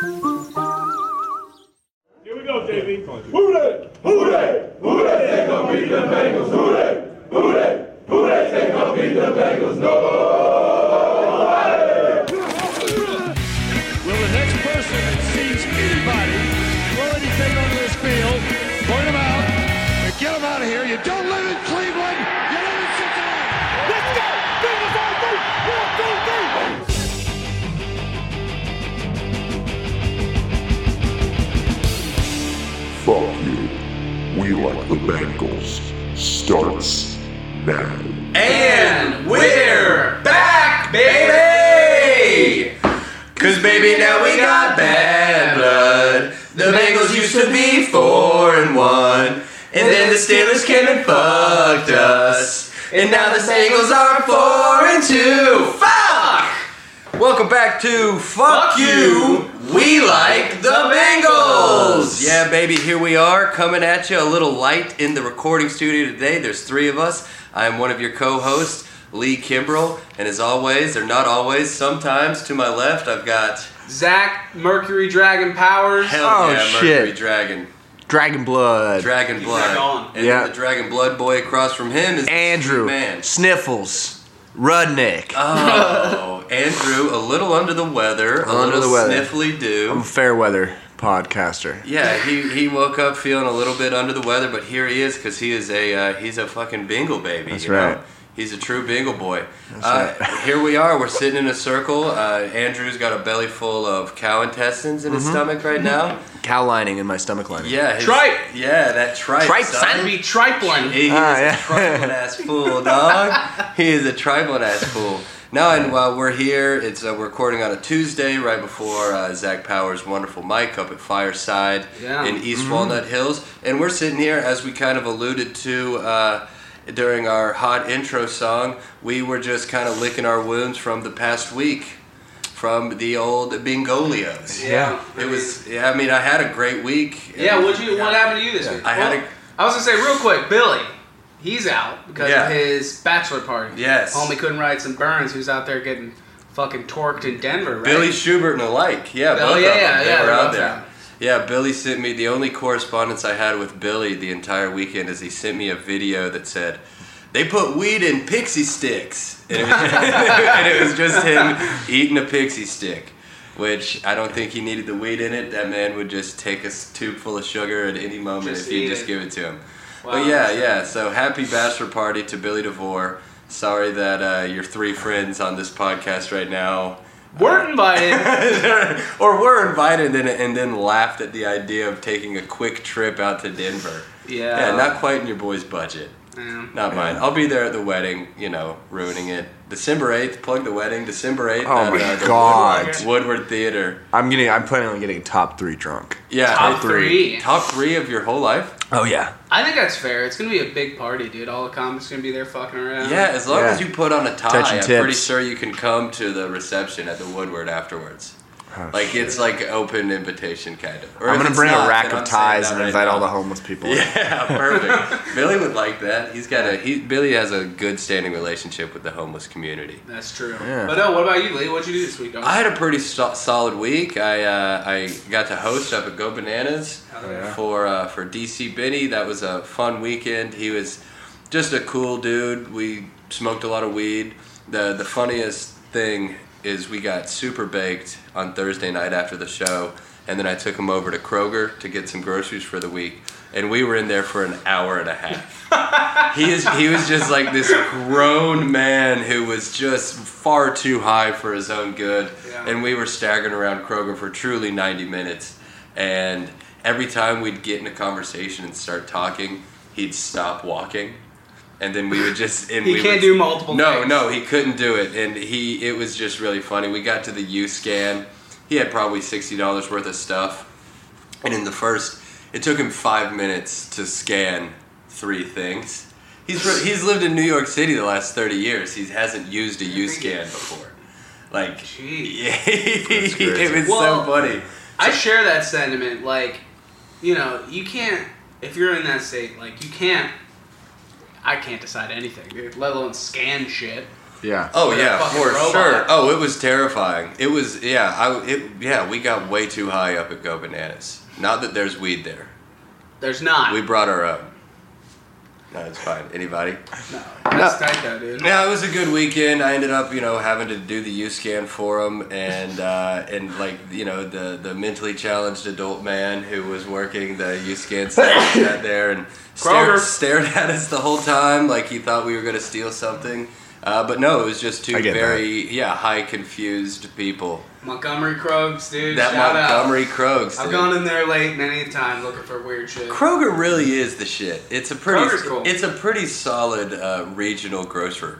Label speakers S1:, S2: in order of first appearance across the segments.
S1: Here we go, JB. Who they? Who they? Who they say gonna beat the Bengals? Who they? Who they? Who they say gonna beat the Bengals? No.
S2: Will the next person that sees anybody throw anything onto this field, point them out, and get them out of here? You don't live in Cleveland. You live in Cincinnati. Let's go. Bengals on three. One, two, three.
S3: Fuck you. We like the Bengals. Starts now.
S4: And we're back, baby! Cause baby, now we got bad blood. The Bengals used to be four and one. And then the Steelers came and fucked us. And now the Bengals are four and two. Fuck! Welcome back to Fuck, You. We like the Bengals. Yeah, baby, here we are coming at you a little light in the recording studio today. There's three of us. I am one of your co-hosts, Lee Kimbrell, and as always, or not always, sometimes to my left, I've got
S5: Zach Mercury Dragon Powers.
S4: Hell
S6: Oh,
S4: yeah, Mercury
S6: shit.
S4: Dragon,
S6: Dragon Blood.
S4: Dragon Blood,
S5: back on.
S4: and
S6: Yeah.
S4: the Dragon Blood boy across from him is the
S6: Andrew.
S4: man.
S6: Sniffles. Rudnick.
S4: Oh, Andrew, a little under the weather, a
S6: Under
S4: little
S6: the weather.
S4: sniffly do.
S6: I'm a fair weather podcaster.
S4: Yeah, he, he woke up feeling a little bit under the weather, but here he is because he is a uh, he's a fucking bingle baby.
S6: That's
S4: you know?
S6: right.
S4: He's a true bingle boy. Uh, Here we are. We're sitting in a circle. Uh, Andrew's got a belly full of cow intestines in
S6: Mm-hmm.
S4: his stomach right now.
S6: Cow lining in my stomach lining.
S4: Yeah, his,
S5: Tripe.
S4: Yeah, that tripe.
S6: Tripe,
S5: That'd
S6: son.
S5: be tripling.
S4: He, he
S6: Ah,
S4: is
S6: yeah.
S4: a tribal ass fool, dog. He is a tribal ass fool. Now, and while we're here, it's uh, we're recording on a Tuesday, right before uh, Zach Powers' wonderful mic up at Fireside
S5: Yeah. Mm-hmm.
S4: in East Walnut Hills, and we're sitting here as we kind of alluded to. Uh, during our hot intro song, we were just kind of licking our wounds from the past week, from the old Bingolios.
S6: Yeah.
S4: It was, yeah, I mean, I had a great week.
S5: Yeah. What you? What happened to you this week?
S4: I had a-
S5: I was gonna say real quick, Billy. He's out because
S4: Yeah.
S5: of his bachelor party.
S4: Yes.
S5: Homie couldn't ride some Burns, who's out there getting fucking torqued in Denver. Right?
S4: Billy Schubert and alike. Yeah,
S5: Oh,
S4: both
S5: yeah,
S4: of them.
S5: yeah,
S4: they
S5: yeah,
S4: were
S5: they're
S4: out
S5: both
S4: there.
S5: out.
S4: Yeah, Billy sent me the only correspondence I had with Billy the entire weekend is he sent me a video that said they put weed in pixie sticks, and it was, and it was just him eating a pixie stick. Which I don't think he needed the weed in it. That man would just take a s- tube full of sugar at any moment
S5: Just
S4: if you
S5: eat
S4: just
S5: it.
S4: give it to him.
S5: Wow.
S4: But yeah, yeah. So happy bachelor party to Billy DeVore. Sorry that uh, your three friends on this podcast right now
S5: weren't invited.
S4: or were invited and, and then laughed at the idea of taking a quick trip out to Denver.
S5: Yeah.
S4: Yeah, not quite in your boy's budget.
S5: Yeah.
S4: Not mine. I'll be there at the wedding, you know, ruining it. December 8th, plug the wedding. December 8th.
S6: Oh
S4: at, uh,
S6: my
S4: the
S6: God.
S4: Woodward, Woodward Theater.
S6: I'm getting I'm planning on getting top three drunk.
S4: Yeah.
S5: Top three.
S4: Top three of your whole life?
S6: Oh yeah.
S5: I think that's fair. It's gonna be a big party, dude. All the comics gonna be there fucking around.
S4: Yeah, as long
S6: Yeah.
S4: as you put on a tie,
S6: Touching
S4: I'm pretty
S6: tips.
S4: sure you can come to the reception at the Woodward afterwards. like it's like open invitation kind of. Or
S6: Oh, I'm
S4: if
S6: gonna
S4: it's
S6: bring
S4: not,
S6: a rack
S4: then I'm
S6: of
S4: saying
S6: ties
S4: that
S6: and
S4: right
S6: invite all
S4: now.
S6: the homeless people.
S4: Yeah, perfect. Billy would like that. He's got a he. Billy has a good standing relationship with the homeless community.
S5: That's true.
S6: Yeah.
S5: But no, what about you, Lee? What'd you do this week? dog?
S4: I had a pretty so- solid week. I uh, I got to host up at Go Bananas for uh, for DC Benny. That was a fun weekend. He was just a cool dude. We smoked a lot of weed. the The funniest thing is we got super baked on Thursday night after the show, and then I took him over to Kroger to get some groceries for the week. And we were in there for an hour and a half. he is he was just like this grown man who was just far too high for his own good
S5: Yeah.
S4: and we were staggering around kroger for truly 90 minutes and every time we'd get in a conversation and start talking he'd stop walking and then we would just and
S5: He
S4: we
S5: can't
S4: would-
S5: do multiple
S4: no
S5: things.
S4: no he couldn't do it and he it was just really funny we got to the u scan he had probably $60 worth of stuff and in the first It took him five minutes to scan three things. He's fr- he's lived in New York City the last thirty years. He hasn't used a U scan before. Like,
S5: Jeez.
S4: yeah, it was
S5: Well-
S4: so funny.
S5: I share that sentiment. Like, you know, you can't if you're in that state. Like, you can't. I can't decide anything, dude. Let alone scan shit.
S6: Yeah.
S4: Oh
S5: You're a
S4: yeah,
S5: fucking
S4: for
S5: robot.
S4: sure. Oh, it was terrifying. It was yeah. I it, yeah. We got way too high up at Go Bananas. Not that there's weed there.
S5: There's not.
S4: We brought our own. No, it's fine. Anybody?
S5: That's tight though, dude.
S4: Yeah, it was a good weekend. I ended up, you know, having to do the U scan for him, and uh, and like you know the the mentally challenged adult man who was working the U scan station sat there and
S5: Kroger.
S4: stared, stared at us the whole time, like he thought we were going to steal something. Uh, but no, it was just two
S6: I get
S4: very yeah high confused people.
S5: Montgomery Krogs, dude.
S4: That
S5: shout
S4: Montgomery Krogs.
S5: Out. I've
S4: dude.
S5: gone in there late many a time looking for weird shit.
S4: Kroger really is the shit. It's a pretty
S5: Kroger's cool.
S4: it's a pretty solid uh, regional grocer.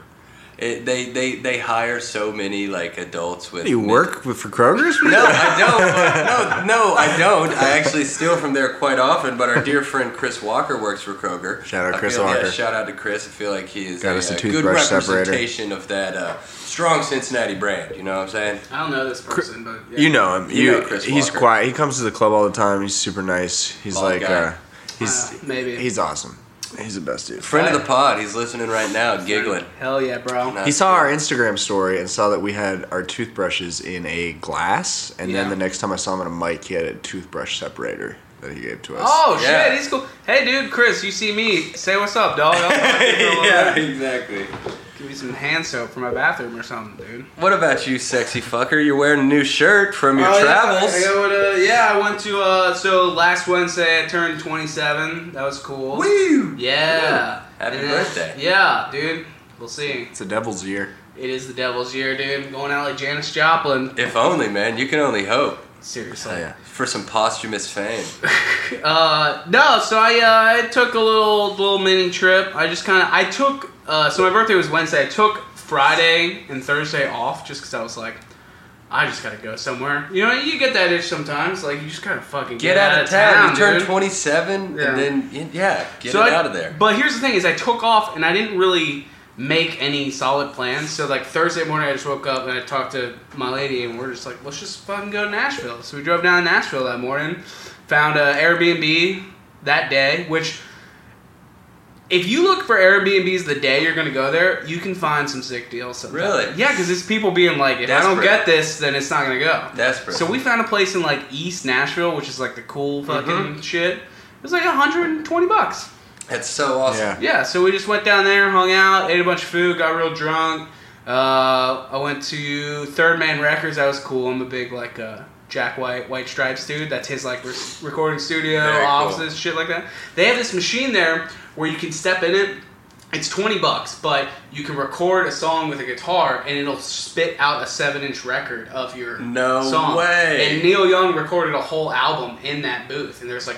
S4: It, they, they they hire so many like adults with
S6: You
S4: men-
S6: work with, for Kroger's?
S4: No, I don't. but- no, no, I don't. I actually steal from there quite often. But our dear friend Chris Walker works for Kroger.
S6: Shout out
S4: I
S6: Chris
S4: feel-
S6: Walker.
S4: Yeah, shout out to Chris. I feel like he is
S6: Got
S4: a,
S6: us a
S4: uh, good
S6: toothbrush separator.
S4: representation of that uh, strong Cincinnati brand. You know what I'm saying?
S5: I don't know this person, but yeah.
S6: You know him. You,
S4: You know Chris
S6: he's
S4: Walker.
S6: quiet. He comes to the club all the time. He's super nice. He's
S4: Bald
S6: like,
S4: guy.
S6: uh, he's
S5: Uh, maybe.
S6: he's awesome. He's the best dude.
S4: Friend of the pod. He's listening right now, giggling.
S5: Hell yeah, bro.
S4: No.
S6: He saw our Instagram story and saw that we had our toothbrushes in a glass, and then
S5: Yeah.
S6: the next time I saw him at a mic, he had a toothbrush separator that he gave to us.
S5: Oh
S4: Yeah.
S5: shit, he's cool. Hey, dude, Chris, you see me? Say what's up, dog. yeah.
S4: exactly.
S5: Give me some hand soap for my bathroom or something, dude.
S4: What about you, sexy fucker? You're wearing a new shirt from your
S5: Oh, yeah,
S4: travels.
S5: I go to- Yeah, I went to uh, so last Wednesday I turned 27. That was cool.
S4: Woo!
S5: Yeah.
S4: Happy
S5: And then-
S4: birthday.
S5: Yeah, dude. We'll see.
S6: It's a devil's year.
S5: It is the devil's year, dude. Going out like Janis Joplin.
S4: If only, man. You can only hope
S5: Seriously.
S4: Oh, for some posthumous fame.
S5: Uh, no, so I, uh, I took a little little mini trip. I just kind of I took uh, so my birthday was Wednesday. I took Friday and Thursday off just because I was like, I just gotta go somewhere. You know, you get that itch sometimes. Like you just gotta fucking
S4: Get out of town. you turn
S5: dude.
S4: 27,
S5: Yeah.
S4: and then y- yeah, get
S5: So
S4: it
S5: I-
S4: out of there.
S5: But here's the thing: is I took off and I didn't really make any solid plans. So like Thursday morning, I just woke up and I talked to my lady, and we're just like, let's just fucking go to Nashville. So we drove down to Nashville that morning, found a Airbnb that day, which. If you look for Airbnbs the day you're gonna go there, you can find some sick deals. Sometimes.
S4: Really?
S5: Yeah, because it's people being like, if I don't
S4: Desperate.
S5: get this, then it's not gonna go.
S4: Desperate. Mm-hmm.
S5: So we found a place in like East Nashville, which is like the cool fucking shit. It was like 120 bucks.
S4: That's so awesome.
S6: Yeah.
S5: Yeah, so we just went down there, hung out, ate a bunch of food, got real drunk. Uh, I went to Third Man Records. That was cool. I'm a big like uh, Jack White, White Stripes dude. That's his like re- recording studio,
S4: Very cool.
S5: offices, shit like that. They have this machine there where you can step in it. It's 20 bucks, but you can record a song with a guitar and it'll spit out a 7 inch record of your
S4: No
S5: song.
S4: way.
S5: And Neil Young recorded a whole album in that booth, and there's like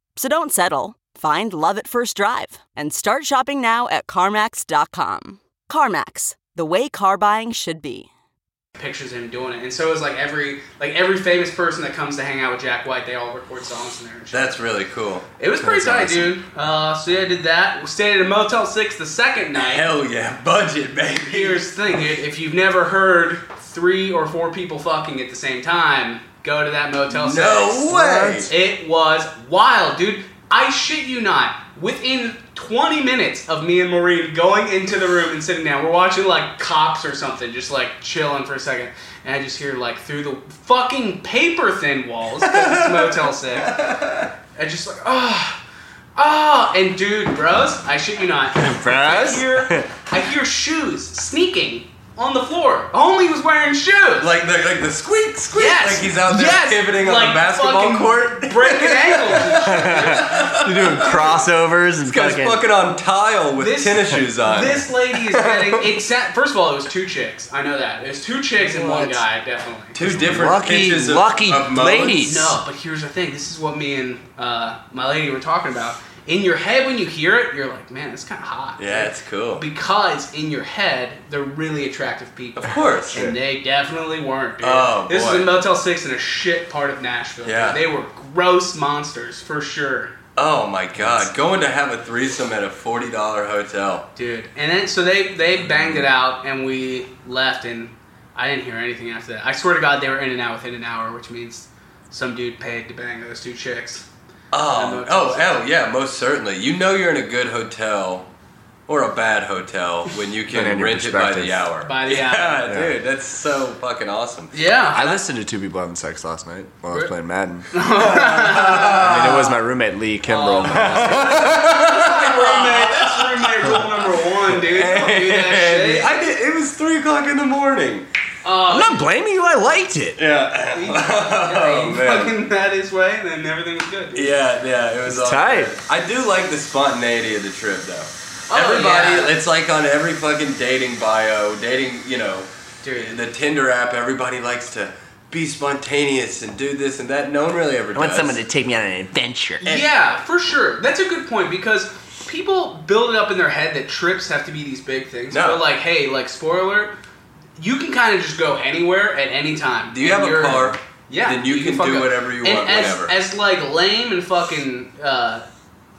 S7: So don't settle. Find love at first drive and start shopping now at CarMax.com. CarMax, the way car buying should be.
S5: pictures of him doing it. And so it was like every like every famous person that comes to hang out with Jack White, they all record songs in there. And shit.
S4: That's really cool.
S5: it was pretty tight,
S6: That's
S5: dude. Uh, so yeah, I did that. We stayed at a Motel Six the second night.
S4: Hell yeah, budget baby.
S5: Here's the thing, dude. If you've never heard three or four people fucking at the same time, go to that Motel Six.
S4: no way.
S5: It was wild, dude. I shit you not. Within 20 minutes of me and Maureen going into the room and sitting down. We're watching like cops or something, just like chilling for a second. And I just hear like through the fucking paper thin walls, 'cause it's Motel 6. I just like, ah, ah. And dude, bros, I shit you not. I
S4: Fries?
S5: hear, I hear shoes sneaking on the floor. Homie was wearing shoes.
S4: Like the like the squeak squeak.
S5: Yes.
S4: Like he's out there
S5: Yes.
S4: pivoting on
S5: Like
S4: the basketball
S5: fucking
S4: court.
S5: breaking ankles.
S6: You're doing crossovers and
S4: This guy's
S6: fucking.
S4: fucking on tile with
S5: This-
S4: tennis shoes on.
S5: This lady is getting exact. First of all, it was two chicks. I know that. It was two chicks and one
S6: What?
S5: guy, definitely.
S4: Two different
S6: lucky,
S4: pitches of,
S6: lucky
S4: of modes.
S6: ladies.
S5: No, but here's the thing. This is what me and uh, my lady were talking about. In your head, when you hear it, you're like, man, that's kind of hot.
S4: Yeah, it's cool.
S5: Because in your head, they're really attractive people.
S4: Of course.
S5: And they definitely weren't, dude.
S4: Oh,
S5: this
S4: boy.
S5: is a Motel 6 in a shit part of Nashville. dude.
S4: Yeah.
S5: They were gross monsters, for sure.
S4: Oh my god, going to have a threesome at a forty dollar hotel.
S5: dude. And then so they they banged it out, and we left, and I didn't hear anything after that. I swear to God, they were in and out within an hour, which means some dude paid to bang those two chicks.
S4: Oh,
S5: And
S4: oh,
S5: motels.
S4: oh, yeah, most certainly. You know you're in a good hotel or a bad hotel when you
S6: Depending on
S4: can
S6: your
S4: rent it by
S6: perspective.
S4: the hour.
S5: By the
S4: yeah,
S6: hour.
S4: dude, that's so fucking awesome.
S5: Yeah,
S6: I listened to Two People Having Sex last night while I was playing Madden. I mean, it was my roommate Lee Kimbrell.
S5: roommate, that's roommate rule number one, dude. Don't do that
S4: And
S5: shit.
S4: I did, it was three o'clock in the morning.
S6: I'm not blaming you. I liked it.
S4: Yeah,
S5: Yeah, he
S4: Oh, man.
S5: fucking had his way, and then everything was good. Dude.
S4: yeah, yeah. It was
S6: It's
S4: awesome.
S6: tight.
S4: I do like the spontaneity of the trip, though.
S5: Oh,
S4: Everybody,
S5: yeah.
S4: it's like on every fucking dating bio, dating, you know,
S5: Dude.
S4: the Tinder app. Everybody likes to be spontaneous and do this and that. No one really ever
S6: I want
S4: does.
S6: someone to take me on an adventure.
S5: yeah, for sure. That's a good point because people build it up in their head that trips have to be these big things.
S4: No.
S5: But like, hey, like spoiler, you can kind of just go anywhere at any time.
S4: Do you
S5: And
S4: have a
S5: you're-
S4: car?
S5: Yeah,
S4: Then you, can,
S5: fuck
S4: do
S5: up.
S4: whatever you
S5: And
S4: want,
S5: as,
S4: whenever.
S5: As like lame and fucking, uh,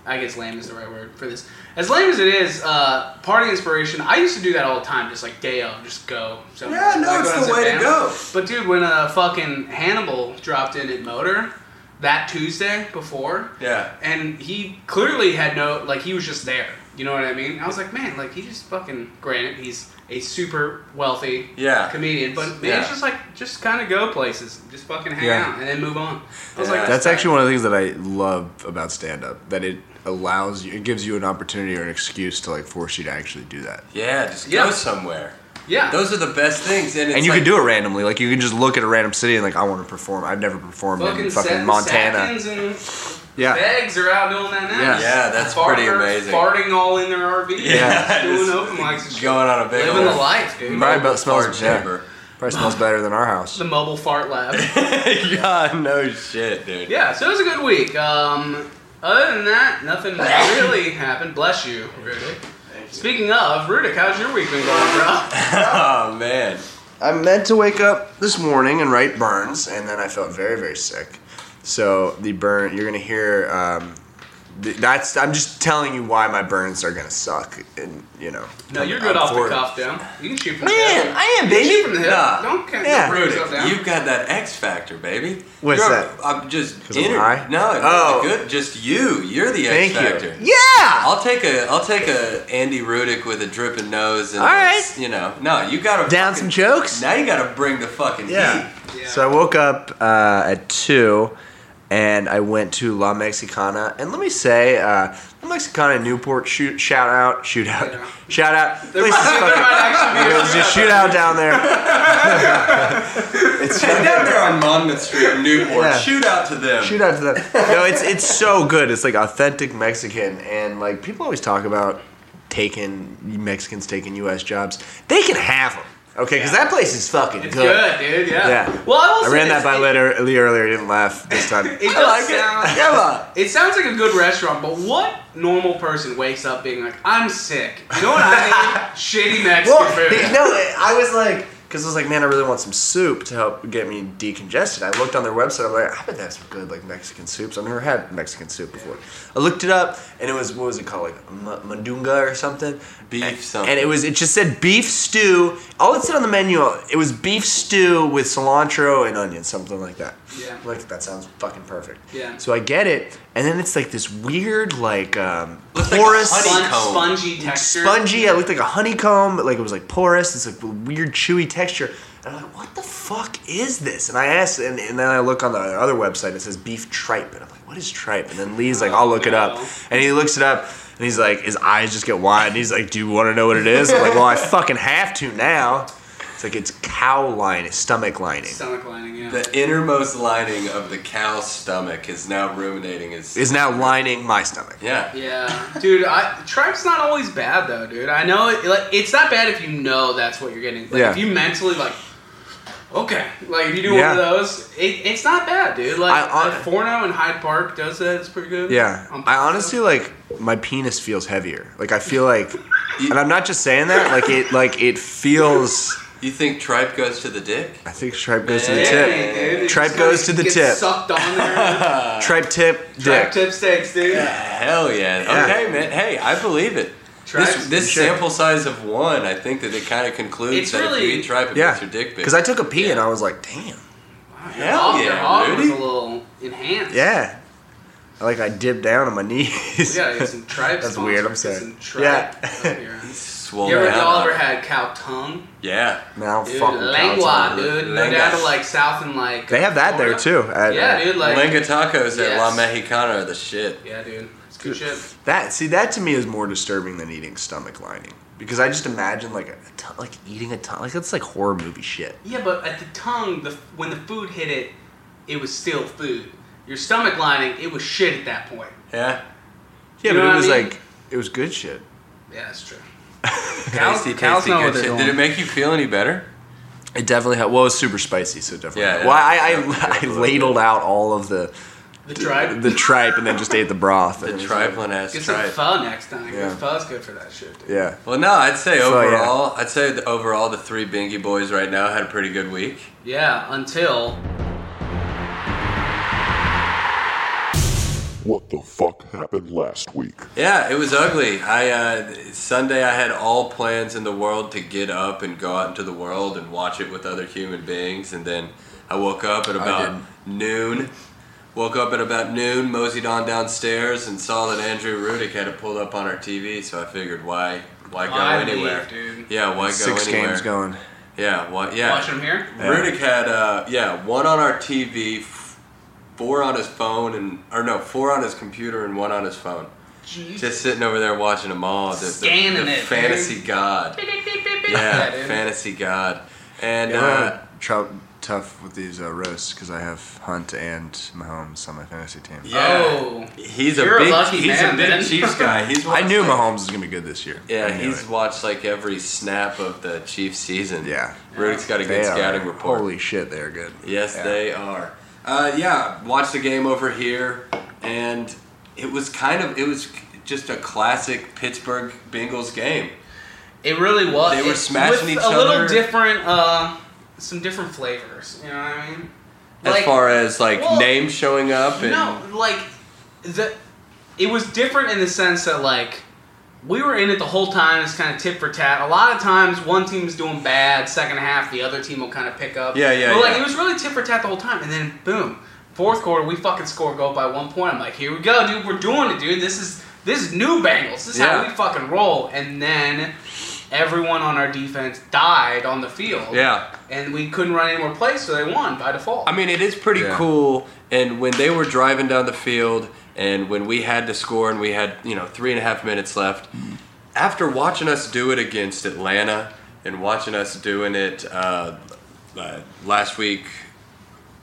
S5: I guess lame is the right word for this. As lame as it is, uh, party inspiration. I used to do that all the time, just like day of, just go. So
S4: Yeah, no,
S5: like,
S4: it's
S5: when I
S4: the
S5: sit
S4: way to
S5: down.
S4: go.
S5: But dude, when uh, fucking Hannibal dropped in at Motor that Tuesday before,
S4: Yeah.
S5: and he clearly had no like he was just there. You know what I mean? I was like, man, like he just fucking. Granted, he's a super wealthy
S4: Yeah.
S5: comedian, but man,
S4: Yeah.
S5: it's just like just kind of go places, just fucking hang
S6: Yeah.
S5: out and then move on. I was
S4: Yeah.
S5: like,
S6: That's actually one of the things that I love about stand up that it allows you, it gives you an opportunity or an excuse to like force you to actually do that.
S4: yeah, just go
S5: Yeah.
S4: somewhere.
S5: yeah,
S4: Those are the best things, and, it's
S6: and you
S4: like,
S6: can do it randomly. Like you can just look at a random city and like I want to perform. I've never performed
S5: fucking,
S6: in
S5: Seth-
S6: fucking Montana.
S5: Sackins and
S6: Yeah.
S5: Bags are out doing that now.
S6: Yeah.
S4: Yeah, that's
S5: Farters
S4: pretty amazing.
S5: Farting all in their RV.
S4: Yeah.
S5: doing open mics, and shit.
S4: Going on a big
S5: living the
S4: old
S5: life, dude.
S6: Probably
S4: fart
S6: about smells. Yeah,
S4: chamber.
S6: probably smells better than our house.
S5: The mobile fart lab.
S4: yeah, no shit, dude.
S5: Yeah, so it was a good week. Um, other than that, nothing really happened. Bless you, Rudick. Speaking of, Rudick, how's your week been going, bro?
S4: Oh man.
S6: I meant to wake up this morning and write burns, and then I felt very, very sick. So the burn, you're gonna hear. Um, th- that's. I'm just telling you why my burns are gonna suck, and you know.
S5: No,
S6: I'm-
S5: you're good
S6: I'm
S5: off
S6: for
S5: the
S6: it.
S5: cuff, down. You can shoot from the hip.
S6: Man, I am
S5: You can shoot
S6: baby.
S5: from the hip.
S4: Nah.
S5: Don't, don't
S6: Yeah.
S5: bring yourself
S4: Rudy,
S5: down.
S4: you've got that X factor, baby.
S6: What's
S4: You're-
S6: that?
S4: I'm just
S6: 'Cause I'm
S4: inner.
S6: high?
S4: No,
S6: Oh.
S4: it's good. Just you. You're the
S6: Thank
S4: X factor.
S6: you. Yeah.
S4: I'll take a I'll take a Andy Rudick with a dripping nose and
S6: All
S4: a-
S6: right.
S4: you know no you gotta
S6: Down
S4: fucking-
S6: some jokes?
S4: now you gotta bring the fucking
S6: Yeah.
S4: heat
S5: Yeah.
S6: So I woke up uh, at two, and I went to La Mexicana, and let me say, uh, La Mexicana Newport shoot shout out shoot out
S5: Yeah.
S6: shout out.
S5: There
S6: Place is
S5: might- there
S6: fucking-
S5: might actually be a
S6: It was a shootout down there. it's
S4: Hey, down there on Monmouth Street in Newport
S6: Yeah.
S4: shoot out to them
S6: Shoot out to them. No, it's it's so good. It's like authentic Mexican, and like people always talk about taking Mexicans taking U.S. jobs. They can have them, okay? Because that place is fucking
S5: It's
S6: good.
S5: good, dude. Yeah.
S6: Yeah.
S5: Well, I will
S6: I
S5: say
S6: ran
S5: this,
S6: that by
S5: it-
S6: later, Lee earlier. I didn't laugh this time.
S5: It does sound.
S6: Come on.
S5: It sounds like a good restaurant, but what normal person wakes up being like, "I'm sick"? You know what I mean? Shitty Mexican
S6: Well,
S5: food.
S6: no, I was like, Because I was like, man, I really want some soup to help get me decongested. I looked on their website. I'm like, I bet they have some good like Mexican soups. I've never had Mexican soup before. I looked it up, and it was what was it called, like M- madunga or something.
S4: Beef
S6: And-
S4: something.
S6: And it was it just said beef stew. All it said on the menu, it was beef stew with cilantro and onions, something like that.
S5: Yeah.
S6: I'm like that sounds fucking perfect.
S5: Yeah.
S6: So I get it, and then it's like this weird like um,
S4: Looks like a
S6: porous
S4: honey-
S5: Spon-
S4: Honeycomb.
S5: spongy texture.
S6: spongy. Yeah, it looked like a honeycomb. Like it was like porous. It's like weird chewy texture. And I'm like, what the fuck is this? And I asked, and, and then I look on the other website. and It says beef tripe, and I'm like, what is tripe? And then Lee's like, I'll look it up.
S5: no.
S6: And he looks it up, and he's like, his eyes just get wide. And he's like, do you want to know what it is? I'm like, well, I fucking have to now. It's like it's cow lining, stomach lining.
S5: Stomach lining, yeah.
S4: The innermost lining of the cow's stomach is now ruminating his.
S6: Is now lining my stomach.
S4: yeah.
S5: yeah, dude. I, tripe's not always bad though, dude. I know, it, like, it's not bad if you know that's what you're getting. Like,
S6: Yeah.
S5: if you mentally like, okay, like if you do
S6: Yeah.
S5: one of those, it, it's not bad, dude. Like,
S6: I hon-
S5: like Forno and Hyde Park does that. It's pretty good.
S6: Yeah.
S5: On
S6: I
S5: pizza.
S6: honestly like my penis feels heavier. Like I feel like and I'm not just saying that, like it like it feels
S4: You think tripe goes to the dick?
S6: I think stripe goes to the
S4: Yeah.
S6: tip.
S5: dude, it
S6: Tripe
S5: just
S6: goes
S5: kinda
S6: to the
S5: gets
S6: tip.
S5: Sucked on there.
S6: Tripe tip
S5: Tripe
S6: dick.
S5: tip steaks, dude.
S4: Hell yeah.
S6: Yeah.
S4: Okay, man. Hey, I believe it.
S5: Tripe's
S4: this this
S6: shit.
S4: sample size of one, I think that it kind of concludes
S5: It's
S4: that if
S5: really-
S4: you eat tripe, it
S6: Yeah.
S4: makes your dick big.
S6: Cuz I took a pee and I was like, "Damn."
S4: Hell
S5: Your
S4: yeah,
S5: hog was a
S4: Rudy.
S5: little enhanced.
S6: Yeah. I, Like I dipped down on my knees.
S5: We gotta get some tribe.
S6: That's weird, I'm
S5: sponsors,
S6: sorry.
S5: get Some tribe
S6: Yeah.
S5: up here.
S4: Swole
S5: You ever
S4: down.
S5: y'all ever had cow tongue?
S4: Yeah.
S6: Now
S5: Dude,
S6: fuck
S5: lengua, dude. Go
S4: Lengua.
S5: down to like south and like.
S6: They have that there too.
S5: Florida.
S6: at-
S5: yeah, dude. Like.
S4: Lenga tacos at La
S5: Yes.
S4: Mexicana are the shit.
S5: Yeah, dude. It's good shit.
S6: That see that to me is more disturbing than eating stomach lining because I just imagine like a ton, like eating a ton like it's like horror movie shit.
S5: Yeah, but at the tongue, the when the food hit it, it was still food. Your stomach lining, it was shit at that point.
S4: Yeah.
S6: Yeah,
S5: You know
S6: but
S5: what
S6: it
S5: I
S6: was
S5: mean?
S6: like it was good shit.
S5: Yeah, that's true.
S4: Tasty, tasty, good shit. Did it make you feel any better?
S6: It definitely had. Well, it was super spicy, so definitely.
S4: Yeah,
S6: helped.
S4: yeah.
S6: Well, I, I, I ladled out all of the
S5: the tribe?
S6: the tripe and then just ate the broth.
S4: The
S6: and it was
S4: tripling ass
S5: Get some
S4: tripe.
S5: pho next time.
S6: Yeah.
S5: Yeah. Pho's good for that shit, dude.
S6: like- Yeah.
S4: Well, no, I'd say
S6: So, yeah.
S4: overall, I'd say the, overall the three Bingy boys right now had a pretty good week.
S5: Yeah, until
S3: What the fuck happened last week?
S4: Yeah, it was ugly. I uh, Sunday I had all plans in the world to get up and go out into the world and watch it with other human beings, and then I woke up at about noon. Woke up at about noon, moseyed on downstairs, and saw that Andrew Rudick had it pulled up on our TV. So I figured, why, why go
S5: Why leave,
S4: anywhere?
S5: dude?
S4: Yeah, why go
S6: Six
S4: anywhere?
S6: games going.
S4: Yeah, why, yeah.
S5: watch him here.
S4: Rudick had uh, yeah one on our TV, f- four on his phone, and or no four on his computer and one on his phone. Just sitting over there watching them all. The, the-
S5: Scanning
S4: the
S5: it,
S4: fantasy god. Yeah,
S5: dude.
S4: fantasy god. And
S6: Uh,
S4: uh,
S6: trou- tough with these uh, roasts because I have Hunt and Mahomes on my fantasy team.
S4: yeah,
S5: Oh.
S4: he's a
S5: You're a
S4: big
S5: lucky
S4: he's
S5: man,
S4: a big
S5: man.
S4: Chiefs guy. He's
S6: I
S4: watched,
S6: knew
S4: like-
S6: Mahomes was gonna be good this year. I
S4: Yeah,
S6: knew
S4: he's
S6: it.
S4: watched like every snap of the Chiefs season.
S6: Yeah.
S4: Rudick's got a
S6: They
S4: good
S6: are-
S4: scouting report.
S6: Holy shit, they're good.
S4: Yes,
S6: Yeah.
S4: they are. Uh, yeah, watched the game over here, and it was kind of it was just a classic Pittsburgh Bengals game.
S5: It really was.
S4: They were
S5: It-
S4: smashing
S5: with
S4: each
S5: a little
S4: other.
S5: different, uh, some different flavors. You know what I mean?
S4: as far as like
S5: well,
S4: names showing up and
S5: no, like the, it was different in the sense that like we were in it the whole time. It's kind of tit for tat. A lot of times, one team's doing bad. Second half, the other team will kind of pick up.
S4: Yeah, yeah,
S5: But like
S4: yeah.
S5: it was really tit for tat the whole time, and then boom, fourth quarter, we fucking score a goal by one point. I'm like, here we go, dude. We're doing it, dude. This is this is new Bengals. This is
S4: Yeah.
S5: how we fucking roll. And then everyone on our defense died on the field.
S4: Yeah.
S5: And we couldn't run any more plays, so they won by default.
S4: I mean, it is pretty
S6: Yeah.
S4: cool. And when they were driving down the field, and when we had to score, and we had you know three and a half minutes left, after watching us do it against Atlanta and watching us doing it uh, uh, last week,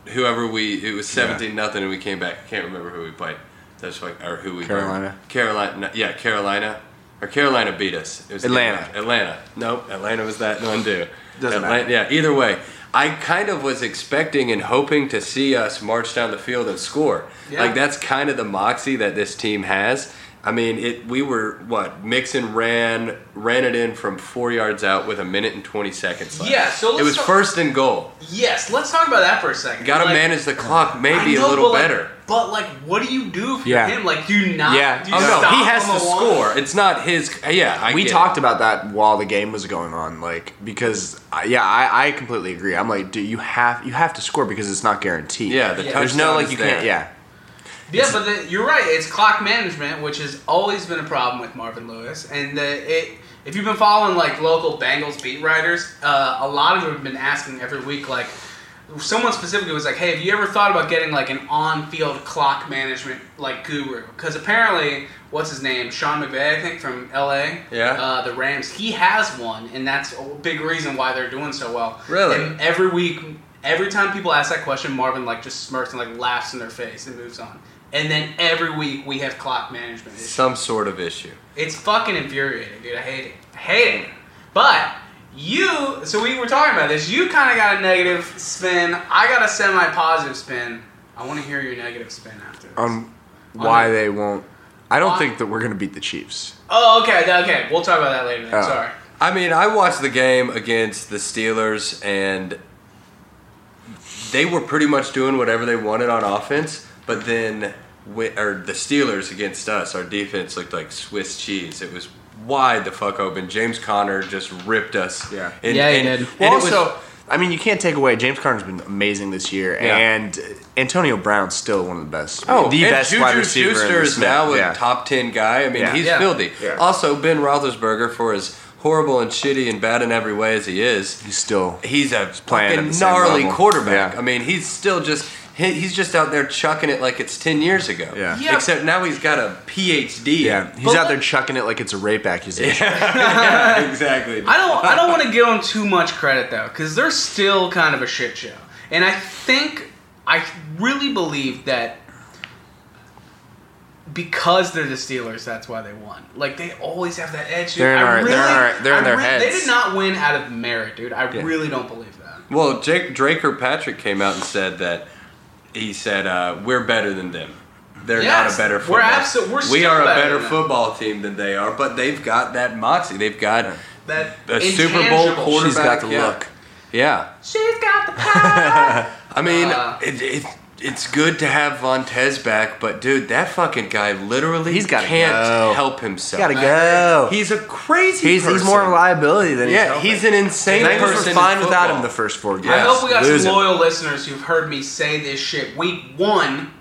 S4: whoever we it was seventeen nothing, and we came back. I can't remember who we played. That's like or who we burned.
S6: Carolina.
S4: Carolina, no, yeah, Carolina. Or Carolina beat us. It was
S6: Atlanta.
S4: Atlanta. Nope, Atlanta was that one too.
S6: Doesn't
S4: Atlan-
S6: matter.
S4: Yeah, either way, I kind of was expecting and hoping to see us march down the field and score.
S5: Yeah.
S4: Like that's kind of the moxie that this team has. I mean, it. We were what Mixon ran ran it in from four yards out with a minute and twenty seconds left.
S5: Yeah, so let's
S4: it was
S5: talk-
S4: first and goal.
S5: Yes, let's talk about that for a second.
S4: Got to
S5: Like,
S4: manage the clock maybe
S5: I
S4: a
S5: know,
S4: little
S5: but, like-
S4: better.
S5: but like, what do you do for
S6: Yeah.
S5: him? Like, do you not?
S6: Yeah.
S5: Do you
S4: Oh no,
S5: stop
S4: he has
S5: on
S4: to
S5: the one?
S4: score. It's not his. Yeah, I
S6: we
S4: get it.
S6: talked about that while the game was going on, like because I, yeah, I, I completely agree. I'm like, dude, you have you have to score because it's not guaranteed.
S4: Yeah, the
S5: Yeah.
S6: there's no like
S4: touchdown's
S6: you
S4: there.
S6: can't. Yeah,
S5: Yeah, but the, you're right. It's clock management, which has always been a problem with Marvin Lewis. And uh it, if you've been following like local Bengals beat writers, uh, a lot of them have been asking every week. Like, someone specifically was like, "Hey, have you ever thought about getting like an on-field clock management like guru?" Because apparently, what's his name, Sean McVay, I think from LA,
S4: Yeah.
S5: uh, the Rams, he has one, and that's a big reason why they're doing so well.
S4: Really?
S5: And every week, every time people ask that question, Marvin like just smirks and like laughs in their face and moves on. And then every week we have clock management. issues.
S4: some sort of issue.
S5: It's fucking infuriating, dude. I hate it. I hate it. But you, so we were talking about this. You kind of got a negative spin. I got a semi-positive spin. I want to hear your negative spin after. This.
S6: on why
S5: the-
S6: they won't. I don't
S5: on-
S6: think that we're gonna beat the Chiefs.
S5: oh, okay, th- okay. We'll talk about that later. Then.
S6: Oh.
S5: Sorry.
S4: I mean, I watched the game against the Steelers, and they were pretty much doing whatever they wanted on offense. But then, wi- or the Steelers against us, our defense looked like Swiss cheese. It was wide the fuck open. James Conner just ripped us.
S6: Yeah.
S4: and,
S5: Yeah, he
S4: and-
S5: did.
S4: and
S6: Well,
S4: it was-
S6: also, I mean, you can't take away James Conner's been amazing this year,
S4: Yeah.
S6: and Antonio Brown's still one of the best.
S4: Oh,
S6: the
S4: and
S6: best
S4: Juju
S6: wide receiver. in the
S4: Schuster is
S6: Smith.
S4: now a
S6: Yeah.
S4: top ten guy. I mean,
S6: Yeah.
S4: he's
S5: Yeah.
S4: filthy.
S6: Yeah.
S4: Also, Ben Roethlisberger, for as horrible and shitty and bad in every way as he is,
S6: He's still
S4: he's a
S6: playing at
S4: fucking
S6: the same
S4: gnarly
S6: level.
S4: quarterback.
S6: Yeah.
S4: I mean, he's still just he- he's just out there chucking it like it's ten years ago.
S6: Yeah.
S5: Yeah.
S4: Except now he's got a PhD.
S6: yeah. He's
S5: But
S6: out there
S5: let-
S6: chucking it like it's a rape accusation.
S4: exactly.
S5: I don't. I don't want to give them too much credit though, because they're still kind of a shit show. And I think I really believe that because they're the Steelers, that's why they won. Like they always have that edge. dude.
S6: They're in
S5: I
S6: our-
S5: really,
S6: they're in our- they're in
S5: I
S6: their
S5: really- They
S6: heads.
S5: did not win out of merit, dude. I really don't believe that.
S4: Well, Jake Draker Patrick came out and said that he said uh, we're better than them. They're not
S5: Yes,
S4: a better
S5: we're
S4: football.
S5: abso- we're
S4: we
S5: still
S4: are a
S5: better
S4: better
S5: than them.
S4: football team than they are, but they've got that moxie. They've got
S5: That
S4: a Super Bowl
S5: intangible.
S4: quarterback.
S6: She's got the
S4: yeah.
S6: look.
S4: Yeah.
S5: She's got the power.
S4: I mean,
S5: Uh,
S4: it, it, it's good to have Vontez back, but dude, that fucking guy literally
S6: He's gotta
S4: can't
S6: go.
S4: help himself.
S6: Gotta go.
S4: He's a crazy
S6: he's,
S4: person.
S6: he's more of a liability than
S4: Yeah,
S6: he's
S4: he's an insane
S6: Niners
S4: person.
S6: were
S4: in
S6: fine without
S4: football.
S6: him the first four games.
S5: I hope we got
S6: Lose
S5: some
S6: him.
S5: loyal listeners who've heard me say this shit week one.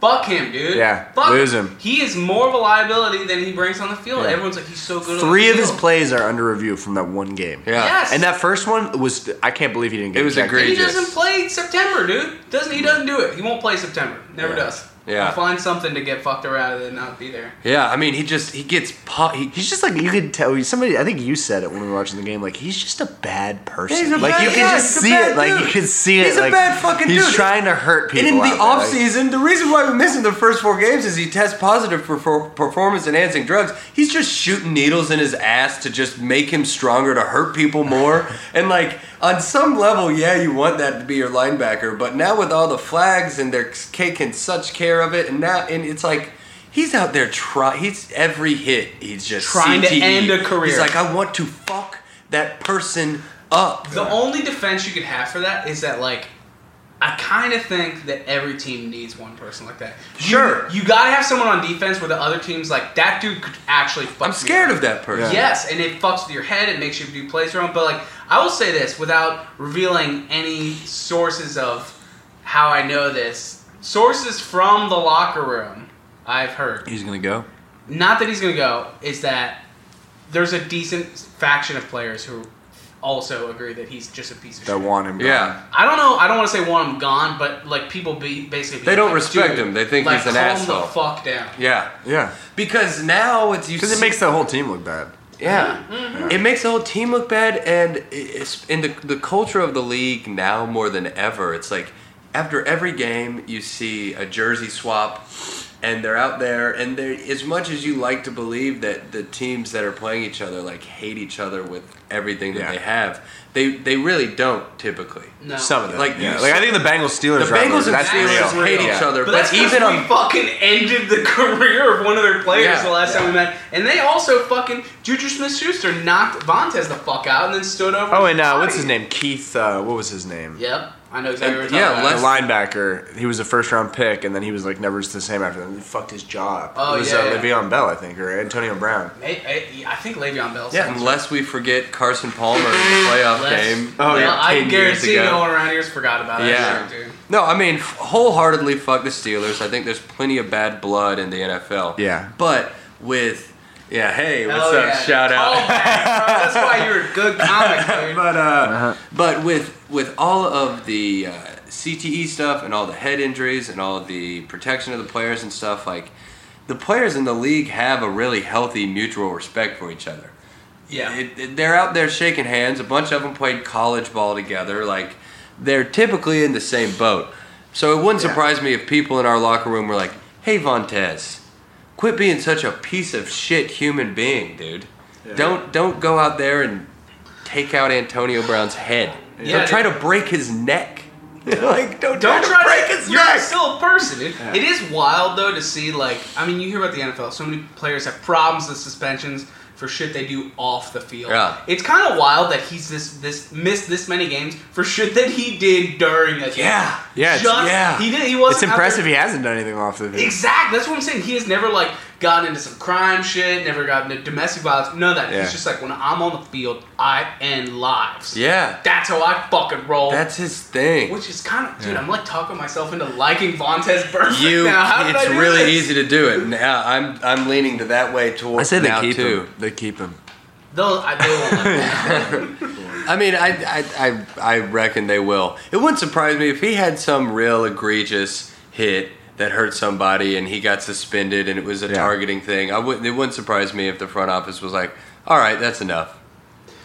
S5: Fuck him, dude.
S6: Yeah,
S5: Fuck
S6: lose him.
S5: He is more of a liability than he brings on the field.
S6: Yeah.
S5: Everyone's like, he's so good. on
S6: Three
S5: the
S6: of his
S5: field.
S6: plays are under review from that one game.
S4: Yeah.
S5: Yes.
S6: And that first one was I can't believe he didn't get
S4: It was
S6: ejected.
S4: egregious.
S5: He doesn't play September, dude. Doesn't
S6: Mm.
S5: he? Doesn't do it. He won't play September. Never does.
S4: Yeah.
S5: He'll find something to get fucked around and not be there.
S4: Yeah, I mean, he just he gets pu- he,
S6: He's just like you could tell. Somebody, I think you said it when we were watching the game. Like he's just a bad person.
S4: He's a
S6: like
S4: bad-
S6: you can
S4: yeah,
S6: just
S4: he's a
S6: see
S4: bad
S6: it. Like
S4: dude.
S6: you can see it.
S4: He's a
S6: like,
S4: bad fucking
S6: He's
S4: dude.
S6: trying to hurt people.
S4: And in the
S6: out there, like-
S4: offseason, the reason why we're missing the first four games is he tests positive for, for performance enhancing drugs. He's just shooting needles in his ass to just make him stronger, to hurt people more. and, like, on some level, yeah, you want that to be your linebacker. But now with all the flags and they're taking such care of it, and now and it's like. He's out there trying. He's every hit. He's just
S5: Trying to
S4: CTE.
S5: end a career.
S4: He's like, I want to fuck that person up.
S5: The only defense you could have for that is that like I kind of think that every team needs one person like that. You-
S4: Sure.
S5: you, gotta have someone on defense where the other team's like that dude could actually. Fuck
S4: I'm
S5: me
S4: scared
S5: up."
S4: of that person.
S5: Yes, and it fucks with your head. It makes you do plays wrong. But like, I will say this without revealing any sources of how I know this. Sources from the locker room, I've heard.
S4: He's gonna go.
S5: Not that he's gonna go. Is that there's a decent faction of players who also agree that he's just a piece of
S6: that
S5: shit.
S6: want him. gone.
S4: Yeah.
S5: I don't know. I don't want to say want him gone, but like people be basically be
S4: They don't
S5: like,
S4: respect
S5: "Dude,
S4: him. They think
S5: like,
S4: he's an
S5: calm
S4: asshole."
S5: The fuck down.
S4: Yeah.
S6: yeah.
S4: Because now it's you.
S6: Because it
S4: see-
S6: makes Mm-hmm. the whole team look bad.
S4: yeah, it makes the whole team look bad, and it's in the the culture of the league now more than ever. It's like after every game you see a jersey swap, and they're out there and they are as much as you like to believe that the teams that are playing each other like hate each other with everything that
S6: Yeah.
S4: they have they they really don't typically
S5: No.
S6: Some of them.
S4: Like,
S6: Like, yeah.
S4: you-
S6: like I think the Bengals Steelers.
S4: the Bengals and
S6: that's
S4: Steelers
S6: real.
S4: hate each
S6: Yeah.
S4: other
S5: But,
S4: but,
S5: that's even
S4: even
S5: we
S4: on
S5: fucking ended the career of one of their players
S4: Yeah,
S5: the last
S4: yeah.
S5: time we met, and they also fucking Juju Smith-Schuster knocked Vontez the fuck out, and then stood over.
S6: Oh, and uh, what's
S5: Tati.
S6: his name? Keith. Uh, what was his name?
S5: Yep, I know exactly.
S4: And-
S5: what you're
S4: yeah,
S5: talking
S6: The
S4: Les-
S5: about.
S6: linebacker. He was a first round pick, and then he was like never the same after that. He fucked his job.
S5: Oh,
S6: it was
S5: yeah,
S6: uh,
S5: yeah.
S6: Le'Veon Bell, I think, or Antonio Brown.
S5: May- I, I think Le'Veon Bell.
S4: yeah unless we forget Carson Palmer in the playoff game
S5: Oh
S6: yeah,
S5: I
S4: 10 years
S5: guarantee
S4: ago.
S5: no one around here's forgot about it.
S4: Yeah.
S5: Sure, dude.
S4: No, I mean wholeheartedly fuck the Steelers. I think there's plenty of bad blood in the NFL.
S6: Yeah.
S4: But with yeah, hey, what's
S5: Hell
S4: up?
S5: Oh, yeah.
S4: Shout out.
S5: Callback, bro. That's why you're a good comic, dude.
S4: but uh, but with with all of the uh, CTE stuff and all the head injuries and all the protection of the players and stuff, like the players in the league have a really healthy mutual respect for each other.
S5: Yeah.
S4: It, it- they're out there shaking hands. A bunch of them played college ball together. Like they're typically in the same boat. So it wouldn't surprise me if people in our locker room were like, "Hey, Vontez, quit being such a piece of shit human being, dude. Don't don't go out there and take out Antonio Brown's head.
S5: Yeah,
S4: don't try to break his neck. like don't,
S5: Don't
S4: try,
S5: try
S4: to break
S5: to,
S4: his
S5: you're
S4: neck.
S5: still a person, dude. It is wild though to see like I mean you hear about the NFL, so many players have problems with suspensions for shit they do off the field.
S4: Yeah.
S5: It's kinda wild that he's this this missed this many games for shit that he did during a game.
S4: Yeah.
S6: Yeah, it's-
S5: Just,
S4: yeah.
S5: He did he wasn't
S6: It's
S5: out there-
S6: impressive he hasn't done anything off the field.
S5: Exactly. That's what I'm saying. He has never like gotten into some crime shit, never gotten into domestic violence, none of that.
S6: Yeah.
S5: He's just like when I'm on the field, I end lives.
S4: Yeah,
S5: That's how I fucking roll.
S4: that's his thing.
S5: which is kind of, dude. I'm like talking myself into liking Vontez Burfict
S4: You,
S5: now. How did I
S4: it's
S5: do
S4: really
S5: this?
S4: easy to do it. Now I'm I'm leaning to that way towards
S6: I say they
S4: now
S6: keep
S4: too.
S6: him. They keep him.
S5: They'll, I, they won't like that.
S4: I mean, I, I, I, I reckon they will. It wouldn't surprise me if he had some real egregious hit that hurt somebody and he got suspended and it was a
S6: Yeah.
S4: targeting thing. I wouldn't. It wouldn't surprise me if the front office was like, "All right, that's enough.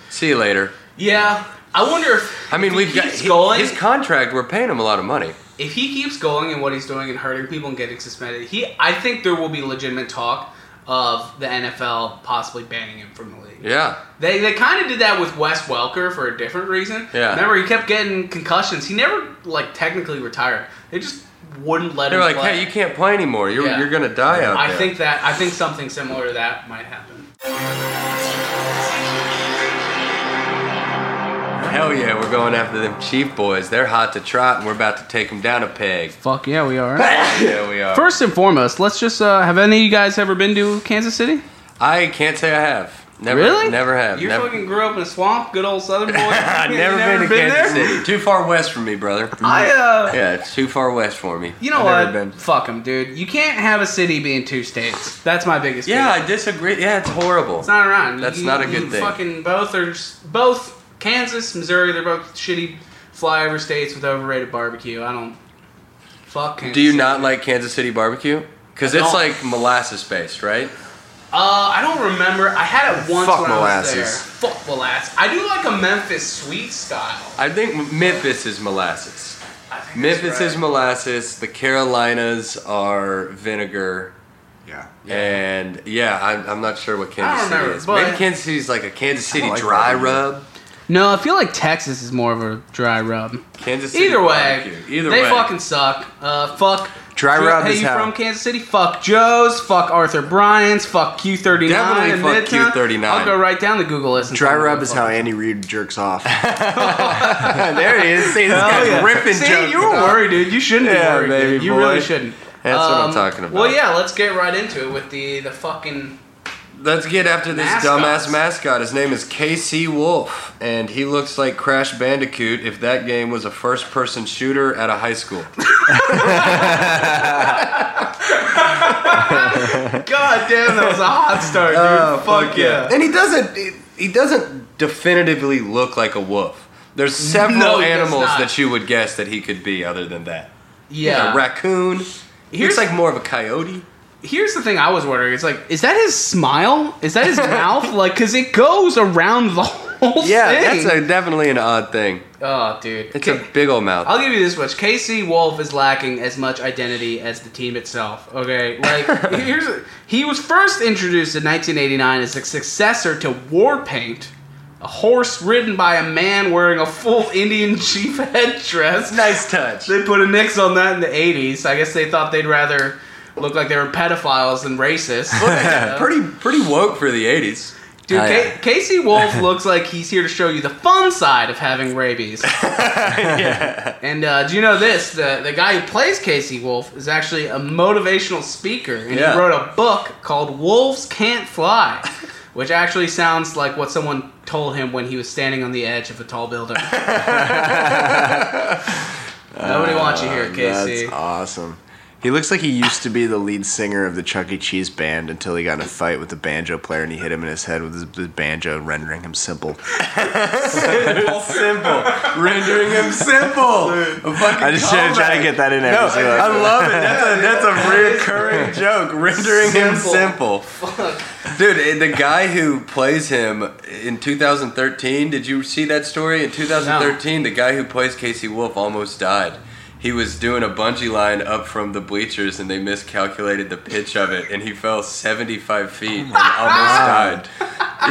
S4: See you later."
S5: Yeah, I wonder if
S4: I mean,
S5: if
S4: we've
S5: he
S4: got
S5: keeps
S4: he-
S5: going.
S4: his contract. We're paying him a lot of money.
S5: if he keeps going and what he's doing and hurting people and getting suspended, he, I think there will be legitimate talk of the NFL possibly banning him from the league.
S4: Yeah.
S5: They, they kind of did that with Wes Welker for a different reason.
S4: Yeah.
S5: Remember, he kept getting concussions. He never like technically retired. They just wouldn't let
S4: They're
S5: him.
S4: like,
S5: play.
S4: "Hey, you can't play anymore. You're
S5: Yeah.
S4: you're gonna die out
S5: I
S4: there."
S5: think that I think something similar to that might happen.
S4: Hell yeah, we're going after them Chief boys. They're hot to trot, and we're about to take them down a peg.
S5: Fuck yeah, we are.
S4: yeah, we are.
S5: First and foremost, let's just uh, have any of you guys ever been to Kansas City?
S4: I can't say I have. Never,
S5: really?
S4: Never have.
S5: You
S4: never.
S5: fucking grew up in a swamp, good old Southern boy.
S4: I've never, been to Kansas City. Too far west for me, brother.
S5: I uh,
S4: yeah, it's too far west for me.
S5: you know
S6: I've
S5: what?
S6: never been.
S5: Fuck them, dude. You can't have a city be in two states. That's my biggest.
S4: Yeah,
S5: beef.
S4: I disagree. Yeah, it's horrible.
S5: It's not around.
S4: That's
S5: You-
S4: not a
S5: you
S4: good thing.
S5: Fucking both are s- both Kansas, Missouri. They're both shitty flyover states with overrated barbecue. I don't fuck. Kansas
S4: Do you
S5: City.
S4: not like Kansas City barbecue? Because
S5: I
S4: it's
S5: don't.
S4: like molasses based, right?
S5: Uh, I don't remember. I had it once
S6: Fuck
S5: when I
S6: molasses.
S5: was there. Fuck molasses. I do like a Memphis sweet style.
S4: I think Memphis is molasses.
S5: I think that's
S4: Memphis
S5: right.
S4: is molasses. The Carolinas are vinegar.
S6: Yeah.
S4: And yeah, I'm, I'm not sure what
S5: I
S4: Kansas
S5: don't
S4: City
S5: remember,
S4: is.
S5: but-
S4: Maybe Kansas City's like a Kansas City
S6: like
S4: dry
S6: barbecue.
S4: rub.
S5: No, I feel like Texas is more of a dry rub.
S4: Kansas City
S5: Either way,
S4: barbecue. Either
S5: they
S4: way.
S5: fucking suck. Uh, fuck.
S6: Dry
S5: Joe-
S6: rub
S5: Hey,
S6: is
S5: you
S6: hell.
S5: from Kansas City? Fuck Joe's. Fuck Arthur Bryant's. Fuck Q39.
S4: Definitely
S5: in
S4: fuck
S5: Midtown.
S4: Q39.
S5: I'll go right down the Google list. and
S6: Dry
S5: tell you
S6: rub
S5: what
S6: is
S5: the
S6: how
S5: fuck-
S6: Andy Reid jerks off. there he is. See, this
S4: Oh,
S6: guy's
S5: yeah.
S6: ripping
S5: See,
S6: jokes.
S5: you were worried, dude. You shouldn't
S6: Yeah,
S5: be worried. dude.
S6: baby
S5: You
S6: boy.
S5: really shouldn't. Um,
S4: That's what I'm talking about.
S5: Well, yeah, let's get right into it with the the fucking
S4: Let's get after this
S5: Mascots.
S4: dumbass mascot. His name is KC Wolf, and he looks like Crash Bandicoot if that game was a first person shooter at a high school.
S5: God damn, that was a hot start, dude.
S4: Oh,
S5: fuck, yeah.
S4: And he doesn't he- he doesn't definitively look like a wolf. There's several
S5: No, he does
S4: animals
S5: not.
S4: that you would guess that he could be other than that.
S5: Yeah.
S4: A raccoon. He
S5: Here's-
S4: looks like more of a coyote.
S5: Here's the thing I was wondering. It's like, is that his smile? Is that his mouth? Like, because it goes around the whole
S4: Yeah,
S5: thing.
S4: that's a, definitely an odd thing.
S5: oh, dude.
S4: It's
S5: Okay.
S4: a big old mouth.
S5: I'll give you this much. KC Wolf is lacking as much identity as the team itself. Okay, like here's a, he was first introduced in 1989 as a successor to Warpaint, a horse ridden by a man wearing a full Indian chief headdress.
S4: nice touch.
S5: They put a nix on that in the 80s. I guess they thought they'd rather look like they were pedophiles than racists. Look at them.
S4: pretty pretty woke for the '80s.
S5: Dude,
S4: Oh,
S5: K-
S4: yeah.
S5: Casey Wolf looks like he's here to show you the fun side of having rabies. And uh, do you know this? The the guy who plays Casey Wolf is actually a motivational speaker, and
S4: Yeah.
S5: he wrote a book called "Wolves Can't Fly," which actually sounds like what someone told him when he was standing on the edge of a tall building. Nobody wants you
S4: Uh,
S5: here, Casey.
S6: That's awesome. He looks like he used to be the lead singer of the Chuck E. Cheese band until he got in a fight with the banjo player and he hit him in his head with his, his banjo, rendering him simple.
S4: simple, rendering him simple. A fucking
S6: I just try to, try
S4: callback.
S6: to get that in every
S4: No,
S6: single
S4: I
S6: episode.
S4: love it. That's a, that's a reoccurring joke. Rendering him simple. Dude, eh, the guy who plays him in 2013, did you see that story? In 2013, the guy who plays Casey Wolf almost died. He was doing a bungee line up from the bleachers and they miscalculated the pitch of it and he fell 75 feet
S5: Oh
S4: and almost died.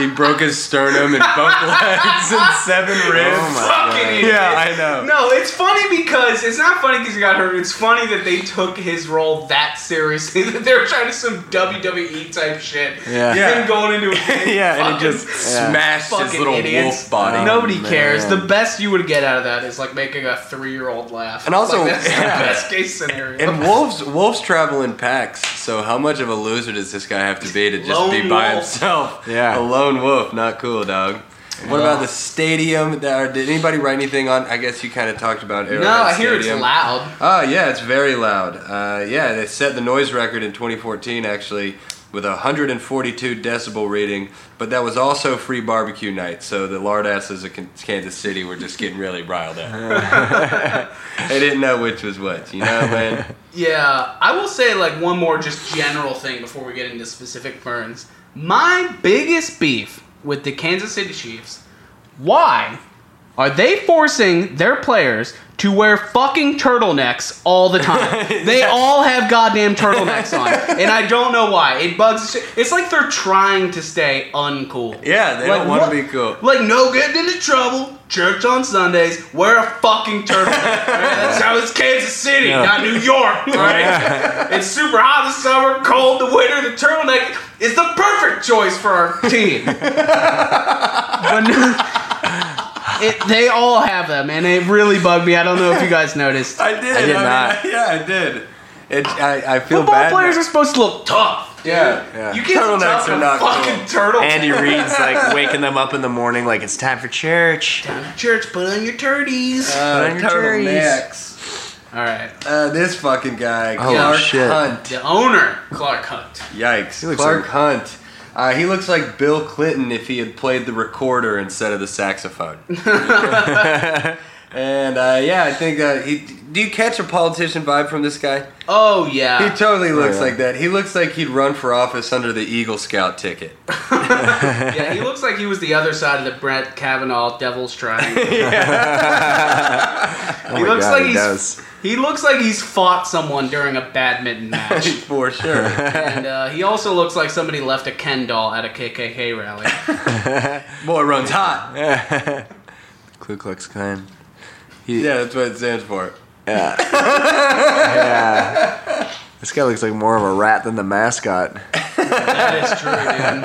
S4: He broke his sternum and both
S5: Oh
S4: legs and seven
S6: Oh
S4: ribs.
S5: Fucking idiot.
S4: yeah, I know.
S5: No, it's funny because it's not funny because he got hurt. It's funny that they took his role that seriously. That they were trying to some WWE type shit.
S6: Yeah.
S4: Yeah.
S5: Him going into a
S6: Yeah, and he
S5: fucking-
S6: just
S4: Smashed his
S5: fucking
S4: little
S5: idiots.
S4: wolf body.
S5: Nobody
S6: man.
S5: cares. The best you would get out of that is like making a three-year-old laugh.
S4: And also-
S5: Like, that's
S4: yeah.
S5: the best case scenario.
S4: And wolves, wolves travel in packs. So how much of a loser does this guy have to be to just
S5: Lone
S4: be by
S5: wolf.
S4: himself?
S6: Yeah.
S4: a lone wolf, not cool, dog. What about the stadium? That, or did anybody write anything on? I guess you kind of talked about. Arrowhead
S5: no, I hear it's
S4: Stadium.
S5: loud.
S4: Oh yeah, it's very loud. Uh, yeah, they set the noise record in 2014 actually with a 142 decibel reading, but that was also free barbecue night. So the lard asses of Kan- Kansas City were just getting really riled up. they didn't know which was which, you know, man.
S5: Yeah, I will say like one more just general thing before we get into specific burns. My biggest beef with the Kansas City Chiefs, why are they forcing their players to wear fucking turtlenecks all the time? They all have goddamn turtlenecks on, and I don't know why. It bugs. the shit- It's like they're trying to stay uncool.
S4: Yeah, they don't want
S5: what-
S4: to be cool.
S5: Like no getting into trouble. Church on Sundays. Wear a fucking turtleneck. Alright, That's how it's Kansas City, not New York. Right? it's super hot this summer, cold the winter. The turtleneck is the perfect choice for our team. but no- it, they all have them, and it really bugged me. I don't know if you guys noticed.
S4: I did.
S6: I
S4: mean,
S6: did not.
S4: yeah, I did. It, I, I feel
S5: Football
S4: bad.
S5: players are supposed to look tough.
S4: yeah,
S6: yeah.
S5: You can't
S4: Turtlenecks
S5: turtlenecks
S4: are
S5: are
S4: not cool.
S5: fucking turtleneck.
S6: Andy Reid's like waking them up in the morning, like it's time for church.
S5: Church, put on your turdies.
S4: Uh,
S6: Turn your cherries.
S4: turtlenecks.
S5: all right.
S4: Uh, this fucking guy,
S6: Oh,
S4: Clark
S6: shit.
S4: Hunt.
S5: The owner, Clark Hunt.
S4: Yikes.
S6: looks
S4: Clark
S6: like-
S4: Hunt. Uh, he looks like Bill Clinton if he had played the recorder instead of the saxophone. and uh, yeah, I think uh, he. Do you catch a politician vibe from this guy?
S5: Oh yeah.
S4: He totally looks
S6: yeah.
S4: like that. He looks like he'd run for office under the Eagle Scout ticket.
S5: yeah, he looks like he was the other side of the Brett Kavanaugh devil's triangle. he looks
S6: Oh God,
S5: like
S6: he
S5: he's
S6: does.
S5: he looks like he's fought someone during a badminton match,
S4: For sure.
S5: and uh, he also looks like somebody left a Ken doll at a KKK rally.
S4: Boy runs hot.
S6: Ku Klux Klan.
S4: Yeah, that's what it stands for.
S6: This guy looks like more of a rat than the mascot.
S5: that is true, dude.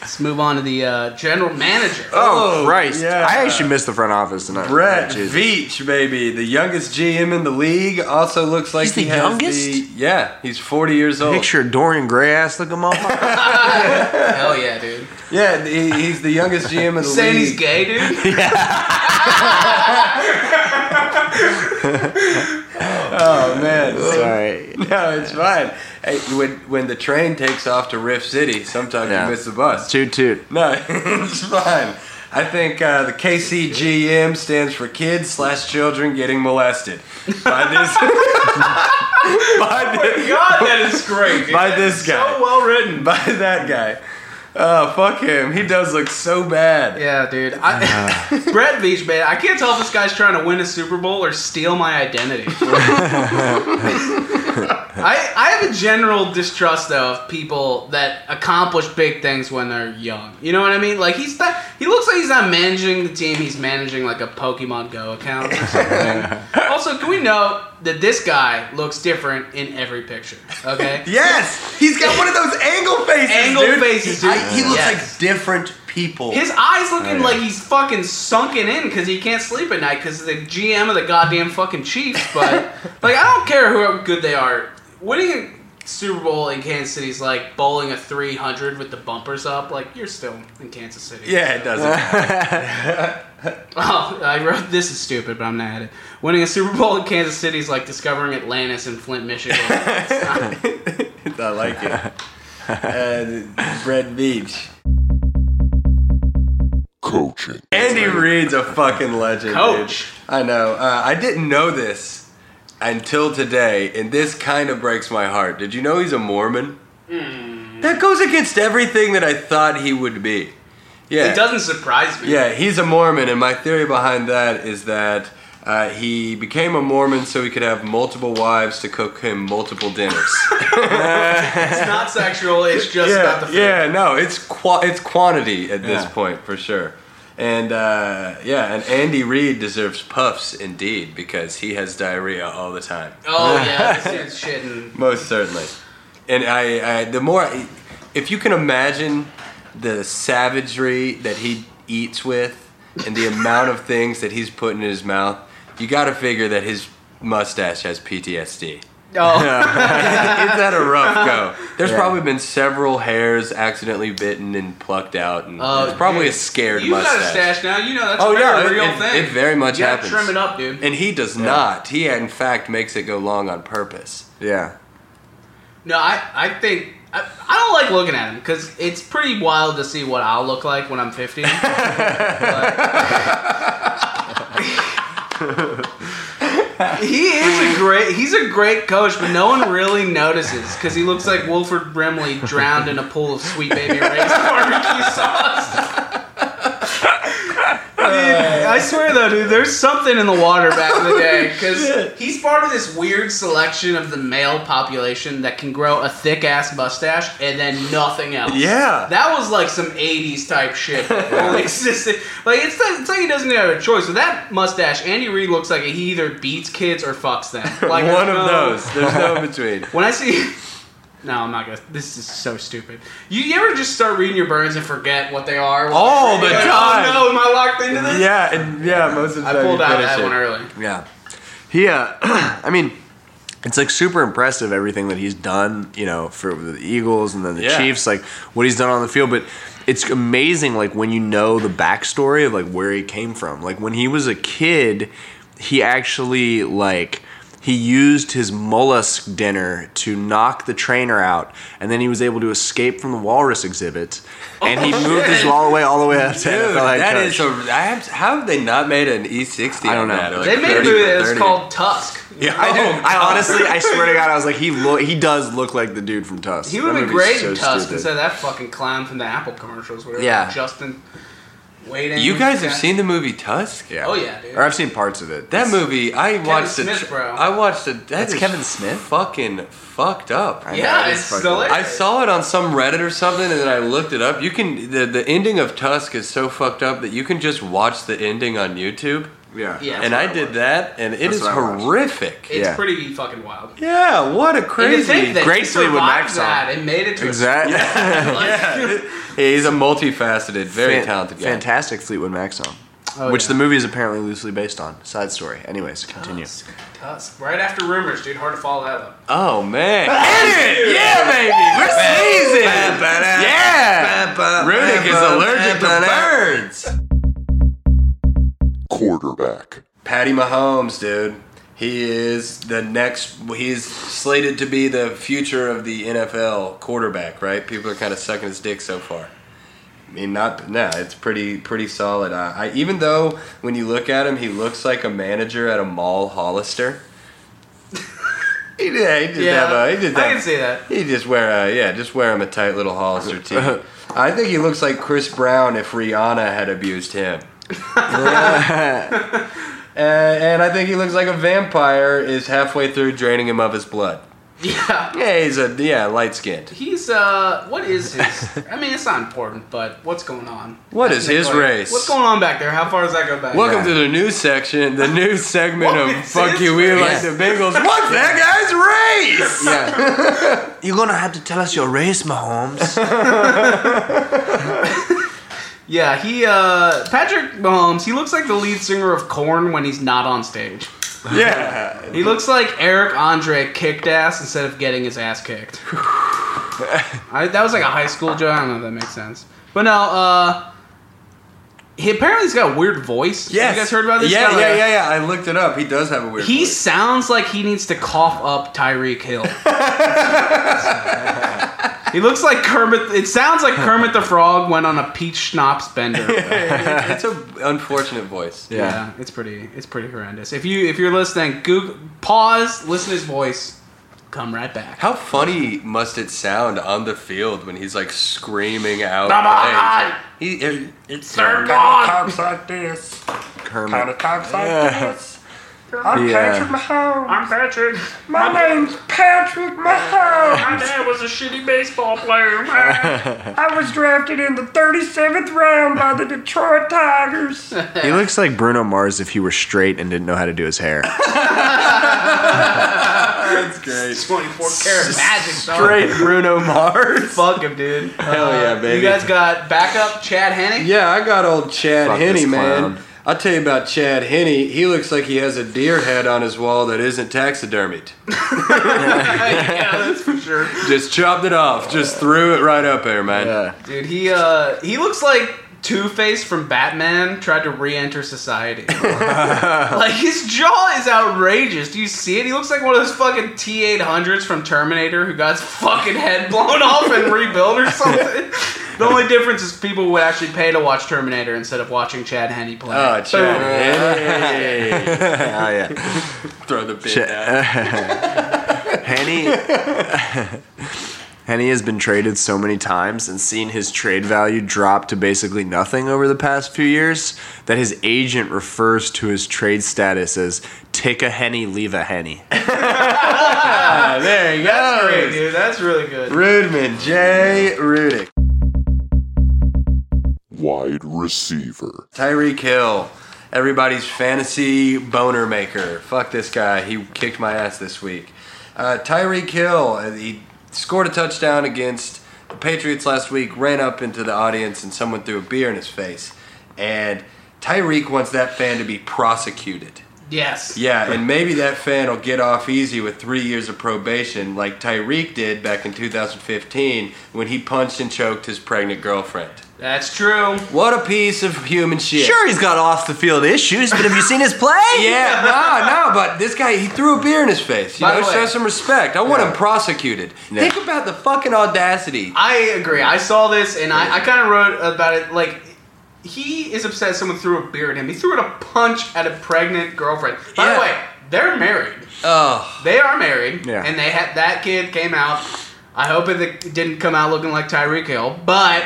S5: Let's move on to the uh, general manager.
S6: Oh,
S4: Oh,
S6: Christ!
S4: yeah.
S6: I actually missed the front office tonight. Oh,
S4: Brett
S6: Jesus.
S4: Veach, baby, the youngest GM in the league, also looks like
S6: He's the
S4: he has
S6: youngest?
S4: the- yeah, he's 40 years old.
S6: Picture Dorian Gray ass looking motherfucker.
S5: Hell yeah, dude!
S4: Yeah, he, he's the youngest GM in the
S5: Saying
S4: league.
S5: he's gay, dude.
S4: Oh man,
S6: Sorry.
S4: no, it's fine. Hey, when when the train takes off to Rift City, sometimes
S6: Yeah.
S4: you miss the bus.
S6: Toot toot.
S4: No, it's fine. I think uh, the KCGM stands for kids slash children getting molested. By this, by this,
S5: God, that is great. dude.
S4: by this guy.
S5: So well written.
S4: by that guy. Oh, fuck him. He does look so bad.
S5: Yeah, dude. I, Brett Beach, man. I can't tell if this guy's trying to win a Super Bowl or steal my identity. I, I have a general distrust though of people that accomplish big things when they're young. You know what I mean? Like he's not, he looks like he's not managing the team. He's managing like a Pokemon Go account. Or something. also, can we note that this guy looks different in every picture? Okay.
S4: Yes! He's got one of those angle faces.
S5: Angle
S4: dude.
S5: faces,
S4: He-
S5: dude.
S4: I- he looks
S5: Yes.
S4: like different people.
S5: His eyes
S4: Oh,
S5: looking like he's fucking sunken in because he can't sleep at night because the GM of the goddamn fucking Chiefs. But like, I don't care how good they are. Winning a Super Bowl in Kansas City is like bowling a 300 with the bumpers up. Like you're still in Kansas City.
S4: yeah, it doesn't.
S5: Oh, I wrote this is stupid, but I'm not at it. Winning a Super Bowl in Kansas City is like discovering Atlantis in Flint, Michigan. It's
S4: I
S5: not-
S4: like it. Uh, Brett Beach.
S3: Coaching.
S4: Andy Reid's a fucking legend.
S5: Coach.
S4: dude. I know. Uh, I didn't know this until today, and this kind of breaks my heart. Did you know he's a Mormon? That goes against everything that I thought he would be. Yeah.
S5: It doesn't surprise me.
S4: Yeah, he's a Mormon, and my theory behind that is that uh, he became a Mormon so he could have multiple wives to cook him multiple dinners.
S5: It's not sexual. It's just about the food.
S4: yeah, no, it's qua- it's quantity at this point for sure. And uh, yeah, and Andy Reid deserves puffs indeed because he has diarrhea all the time,
S5: Oh yeah, this dude's shitting.
S4: most certainly. And I, I the more, if you can imagine the savagery that he eats with and the amount of things that he's putting in his mouth, you got to figure that his mustache has PTSD.
S5: Oh.
S4: It's had a rough go. There's probably been several hairs accidentally bitten and plucked out, and
S5: Oh,
S4: it's probably
S5: dude.
S4: a scared
S5: you
S4: mustache.
S5: got a stash now. You know that's
S4: Oh,
S5: a very
S4: yeah, it-
S5: real
S4: it-
S5: thing.
S4: it very much
S5: you gotta
S4: happens.
S5: Trim it up, dude.
S4: And he does not. He in fact makes it go long on purpose.
S6: Yeah.
S5: no, I, I think I, I don't like looking at him because it's pretty wild to see what I'll look like when I'm 50. But- he is a great. He's a great coach, but no one really notices because he looks like Wilford Brimley drowned in a pool of sweet baby Ray's barbecue sauce. Dude, I swear though, dude, there's something in the water back in the day because he's part of this weird selection of the male population that can grow a thick ass mustache and then nothing else.
S4: Yeah.
S5: that was like some '80s type shit that only existed. Like it's, not, it's like he doesn't have a choice with that mustache. Andy Reid looks like he either beats kids or fucks them. Like
S4: One
S5: no-
S4: of those. There's no in between.
S5: When I see. No, I'm not gonna. This is so stupid. You, you ever just start reading your burns and forget what they are?
S4: All the
S5: You're like,
S4: time.
S5: Oh no, am I locked into this?
S4: yeah, and yeah, most of the
S5: I
S4: time you
S5: pulled out of
S4: finish
S5: that
S4: it.
S5: one early.
S6: Yeah. He, uh, I mean, it's like super impressive everything that he's done, you know, for the Eagles and then the
S4: Yeah.
S6: Chiefs, like what he's done on the field. But it's amazing, like, when you know the backstory of like where he came from. Like, when he was a kid, he actually, like, he used his mollusk dinner to knock the trainer out, and then he was able to escape from the walrus exhibit. And he moved his wall away all the way up to
S4: Oh, Dude,
S6: NFL head
S4: that
S6: coach.
S4: is a. I have, how have they not made an E60?
S6: I
S4: on
S6: don't know.
S4: That? Like
S5: They made a
S4: 30
S5: movie that was
S4: 30.
S5: called Tusk.
S6: Yeah, Oh, I do. I honestly, I swear to God, I was like, he look, he does look like the dude from Tusk.
S5: He would
S6: That
S5: have been
S6: movie's
S5: great
S6: so
S5: in Tusk
S6: stupid.
S5: instead of that fucking clown from the Apple commercials. Whatever.
S6: Yeah.
S5: Justin. Waiting.
S4: You guys have seen the movie Tusk?
S6: Yeah.
S5: Oh, yeah, dude.
S6: Or I've seen parts of it.
S4: That movie, I watched
S5: Smith,
S4: the. tr-
S5: bro.
S4: I watched the. That
S6: That's
S4: is
S6: Kevin Smith?
S4: Fucking fucked up.
S6: I know,
S5: Yeah,
S6: it is
S5: it's
S6: fucked
S5: hilarious.
S6: up.
S4: I saw it on some Reddit or something, and then I looked it up. You can the the ending of Tusk is so fucked up that you can just watch the ending on YouTube.
S6: Yeah.
S5: Yeah.
S4: and
S5: what
S4: I,
S5: I
S4: did
S6: watched.
S4: that, and it
S6: That's
S4: is
S6: what I watched.
S4: horrific.
S5: It's
S6: Yeah.
S5: pretty fucking wild. And
S4: Yeah, what a
S5: to
S4: crazy.
S5: think that he
S6: Gracefully with
S5: survived
S6: Maxwell.
S5: that and made it to
S6: Exactly.
S5: A, like,
S4: He's a multifaceted, very
S6: Fan-
S4: talented guy.
S6: Fantastic Fleetwood Mac song,
S5: Oh,
S6: which
S5: yeah.
S6: the movie is apparently loosely based on. Side story. Anyways, continue.
S5: Tusk. Tusk. Right after rumors, dude. Hard to follow that up.
S4: Oh man! Edit! Yeah, baby, we're sneezing. Yeah, Runic is allergic to birds.
S3: Quarterback.
S4: Patty Mahomes, dude. He is the next. He's slated to be the future of the NFL quarterback, right? People are kind of sucking his dick so far. I mean, not nah. It's pretty pretty solid. Uh, I even though when you look at him, he looks like a manager at a mall, Hollister. he did. He just
S5: Yeah,
S4: have a. He just
S5: I
S4: have-
S5: can see that.
S4: He just wear a yeah, just wear him a tight little Hollister tee. I think he looks like Chris Brown if Rihanna had abused him. and, and I think he looks like a vampire is halfway through draining him of his blood.
S5: Yeah.
S4: Yeah, he's a yeah light skinned.
S5: He's uh, what is his? I mean, it's not important, but what's going on?
S4: What is his race?
S5: What's going on back there? How far does that go back?
S4: Welcome to the news section, the news segment
S5: What
S4: of
S5: is
S4: Fuck
S5: his
S4: You, We
S5: race?
S4: Like the Bengals. What's that guy's race?
S6: Yeah. You're gonna have to tell us your race, Mahomes.
S5: Yeah, he uh, Patrick Mahomes. He looks like the lead singer of Korn when he's not on stage.
S4: Yeah.
S5: He looks like Eric Andre kicked ass instead of getting his ass kicked. I, that was like a high school joke. I don't know if that makes sense. But no, uh, he apparently he's got a weird voice.
S4: Yes.
S5: You guys heard about this?
S4: Yeah,
S5: guy?
S4: yeah, yeah, yeah. I looked it up. He does have a weird.
S5: He
S4: voice.
S5: sounds like he needs to cough up Tyreek Hill. he looks like Kermit. It sounds like Kermit the Frog went on a peach schnapps bender.
S4: it's an unfortunate voice.
S5: Yeah. it's pretty. It's pretty horrendous. If you if you're listening, Google, pause, listen to his voice, come right back.
S4: How funny must it sound on the field when he's like screaming out?
S5: Come on!
S4: plays? He, it, it's
S5: They're gone.
S6: Kermit.
S4: I'm yeah.
S5: I'm Patrick.
S4: My name's Patrick Mahomes.
S5: My dad was a shitty baseball player.
S4: I was drafted in the 37th round by the Detroit Tigers.
S6: He looks like Bruno Mars if he were straight and didn't know how to do his hair.
S4: That's great.
S5: 24 karat magic. Straight.
S4: Great Bruno Mars.
S5: Fuck him, dude. Hell
S4: yeah, baby.
S5: You guys got backup Chad Hennig.
S4: Yeah, I got old Chad
S6: Fuck
S4: Henney,
S6: this
S4: man.
S6: clown.
S4: I'll tell you about Chad Henney. He looks like he has a deer head on his wall that isn't taxidermied.
S5: yeah, that's for sure.
S4: Just chopped it off. Just threw it right up there, man.
S6: Yeah.
S5: Dude, he uh he looks like Two Face from Batman tried to re-enter society. like his jaw is outrageous. Do you see it? He looks like one of those fucking T eight hundreds from Terminator who got his fucking head blown off and rebuilt or something. the only difference is people would actually pay to watch Terminator instead of watching Chad Henney play.
S4: Oh,
S6: Ah,
S5: Boom.
S4: Chad Henney.
S6: Oh yeah.
S4: Throw the bit
S6: Shit.
S4: down.
S6: Henny Henny has been traded so many times and seen his trade value drop to basically nothing over the past few years that his agent refers to his trade status as take a henny, leave a henny.
S4: Ah, there you
S5: That's great,
S4: go.
S5: dude. That's really good.
S4: Rudman, Jay Rudick.
S3: Wide receiver.
S4: Tyreek Hill. Everybody's fantasy boner maker. Fuck this guy. He kicked my ass this week. Uh, Tyreek Hill. uh, He scored a touchdown against the Patriots last week, ran up into the audience, and someone threw a beer in his face. And Tyreek wants that fan to be prosecuted.
S5: Yes.
S4: Yeah, and maybe that fan will get off easy with three years of probation, like Tyreek did back in 2015 when he punched and choked his pregnant girlfriend.
S5: That's true.
S4: What a piece of human shit.
S6: Sure, he's got off the field issues, but have you seen his play?
S4: Yeah, no, no, but this guy, he threw a beer in his face. You
S5: By
S4: know,
S5: the way-
S4: show some respect. I want him prosecuted. Think about the fucking audacity.
S5: I agree. I saw this and I, I kind of wrote about it. Like, he is upset someone threw a beer at him. He threw it a punch at a pregnant girlfriend. By
S4: Yeah.
S5: the way, they're married.
S4: Ugh.
S5: They are married.
S6: Yeah.
S5: And they had that kid came out. I hope it didn't come out looking like Tyreek Hill. But,